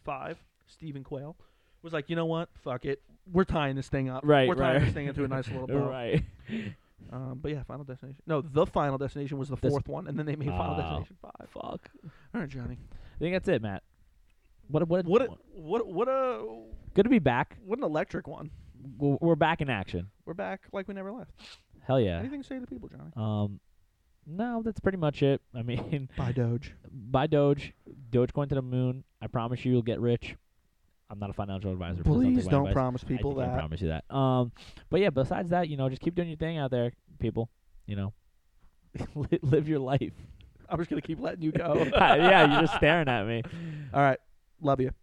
Speaker 1: five, Stephen Quayle, was like, you know what, fuck it, we're tying this thing up.
Speaker 2: Right,
Speaker 1: we're tying
Speaker 2: right.
Speaker 1: this thing into a nice little bow.
Speaker 2: right.
Speaker 1: Um, but yeah, Final Destination. No, the Final Destination was the
Speaker 2: This-
Speaker 1: fourth one, and then they made Final
Speaker 2: Ah.
Speaker 1: Destination five.
Speaker 2: Fuck.
Speaker 1: All right, Johnny.
Speaker 2: I think that's it, Matt. What? a- What? a-
Speaker 1: What a, what a- what a
Speaker 2: Good to be back.
Speaker 1: what an electric one.
Speaker 2: We're we're back in action.
Speaker 1: We're back like we never left.
Speaker 2: Hell yeah.
Speaker 1: Anything to say to the people, Johnny?
Speaker 2: Um, no, that's pretty much it. I mean,
Speaker 1: Bye, Doge.
Speaker 2: buy Doge, Dogecoin to the moon. I promise you, you'll get rich. I'm not a financial advisor. please
Speaker 1: Please
Speaker 2: take my
Speaker 1: don't
Speaker 2: advice.
Speaker 1: promise
Speaker 2: I
Speaker 1: people
Speaker 2: think I
Speaker 1: that.
Speaker 2: promise you that. Um, but yeah, besides that, you know, just keep doing your thing out there, people. You know, Li- live your life.
Speaker 1: I'm just gonna keep letting you go.
Speaker 2: yeah, you're just staring at me.
Speaker 1: All right, love you.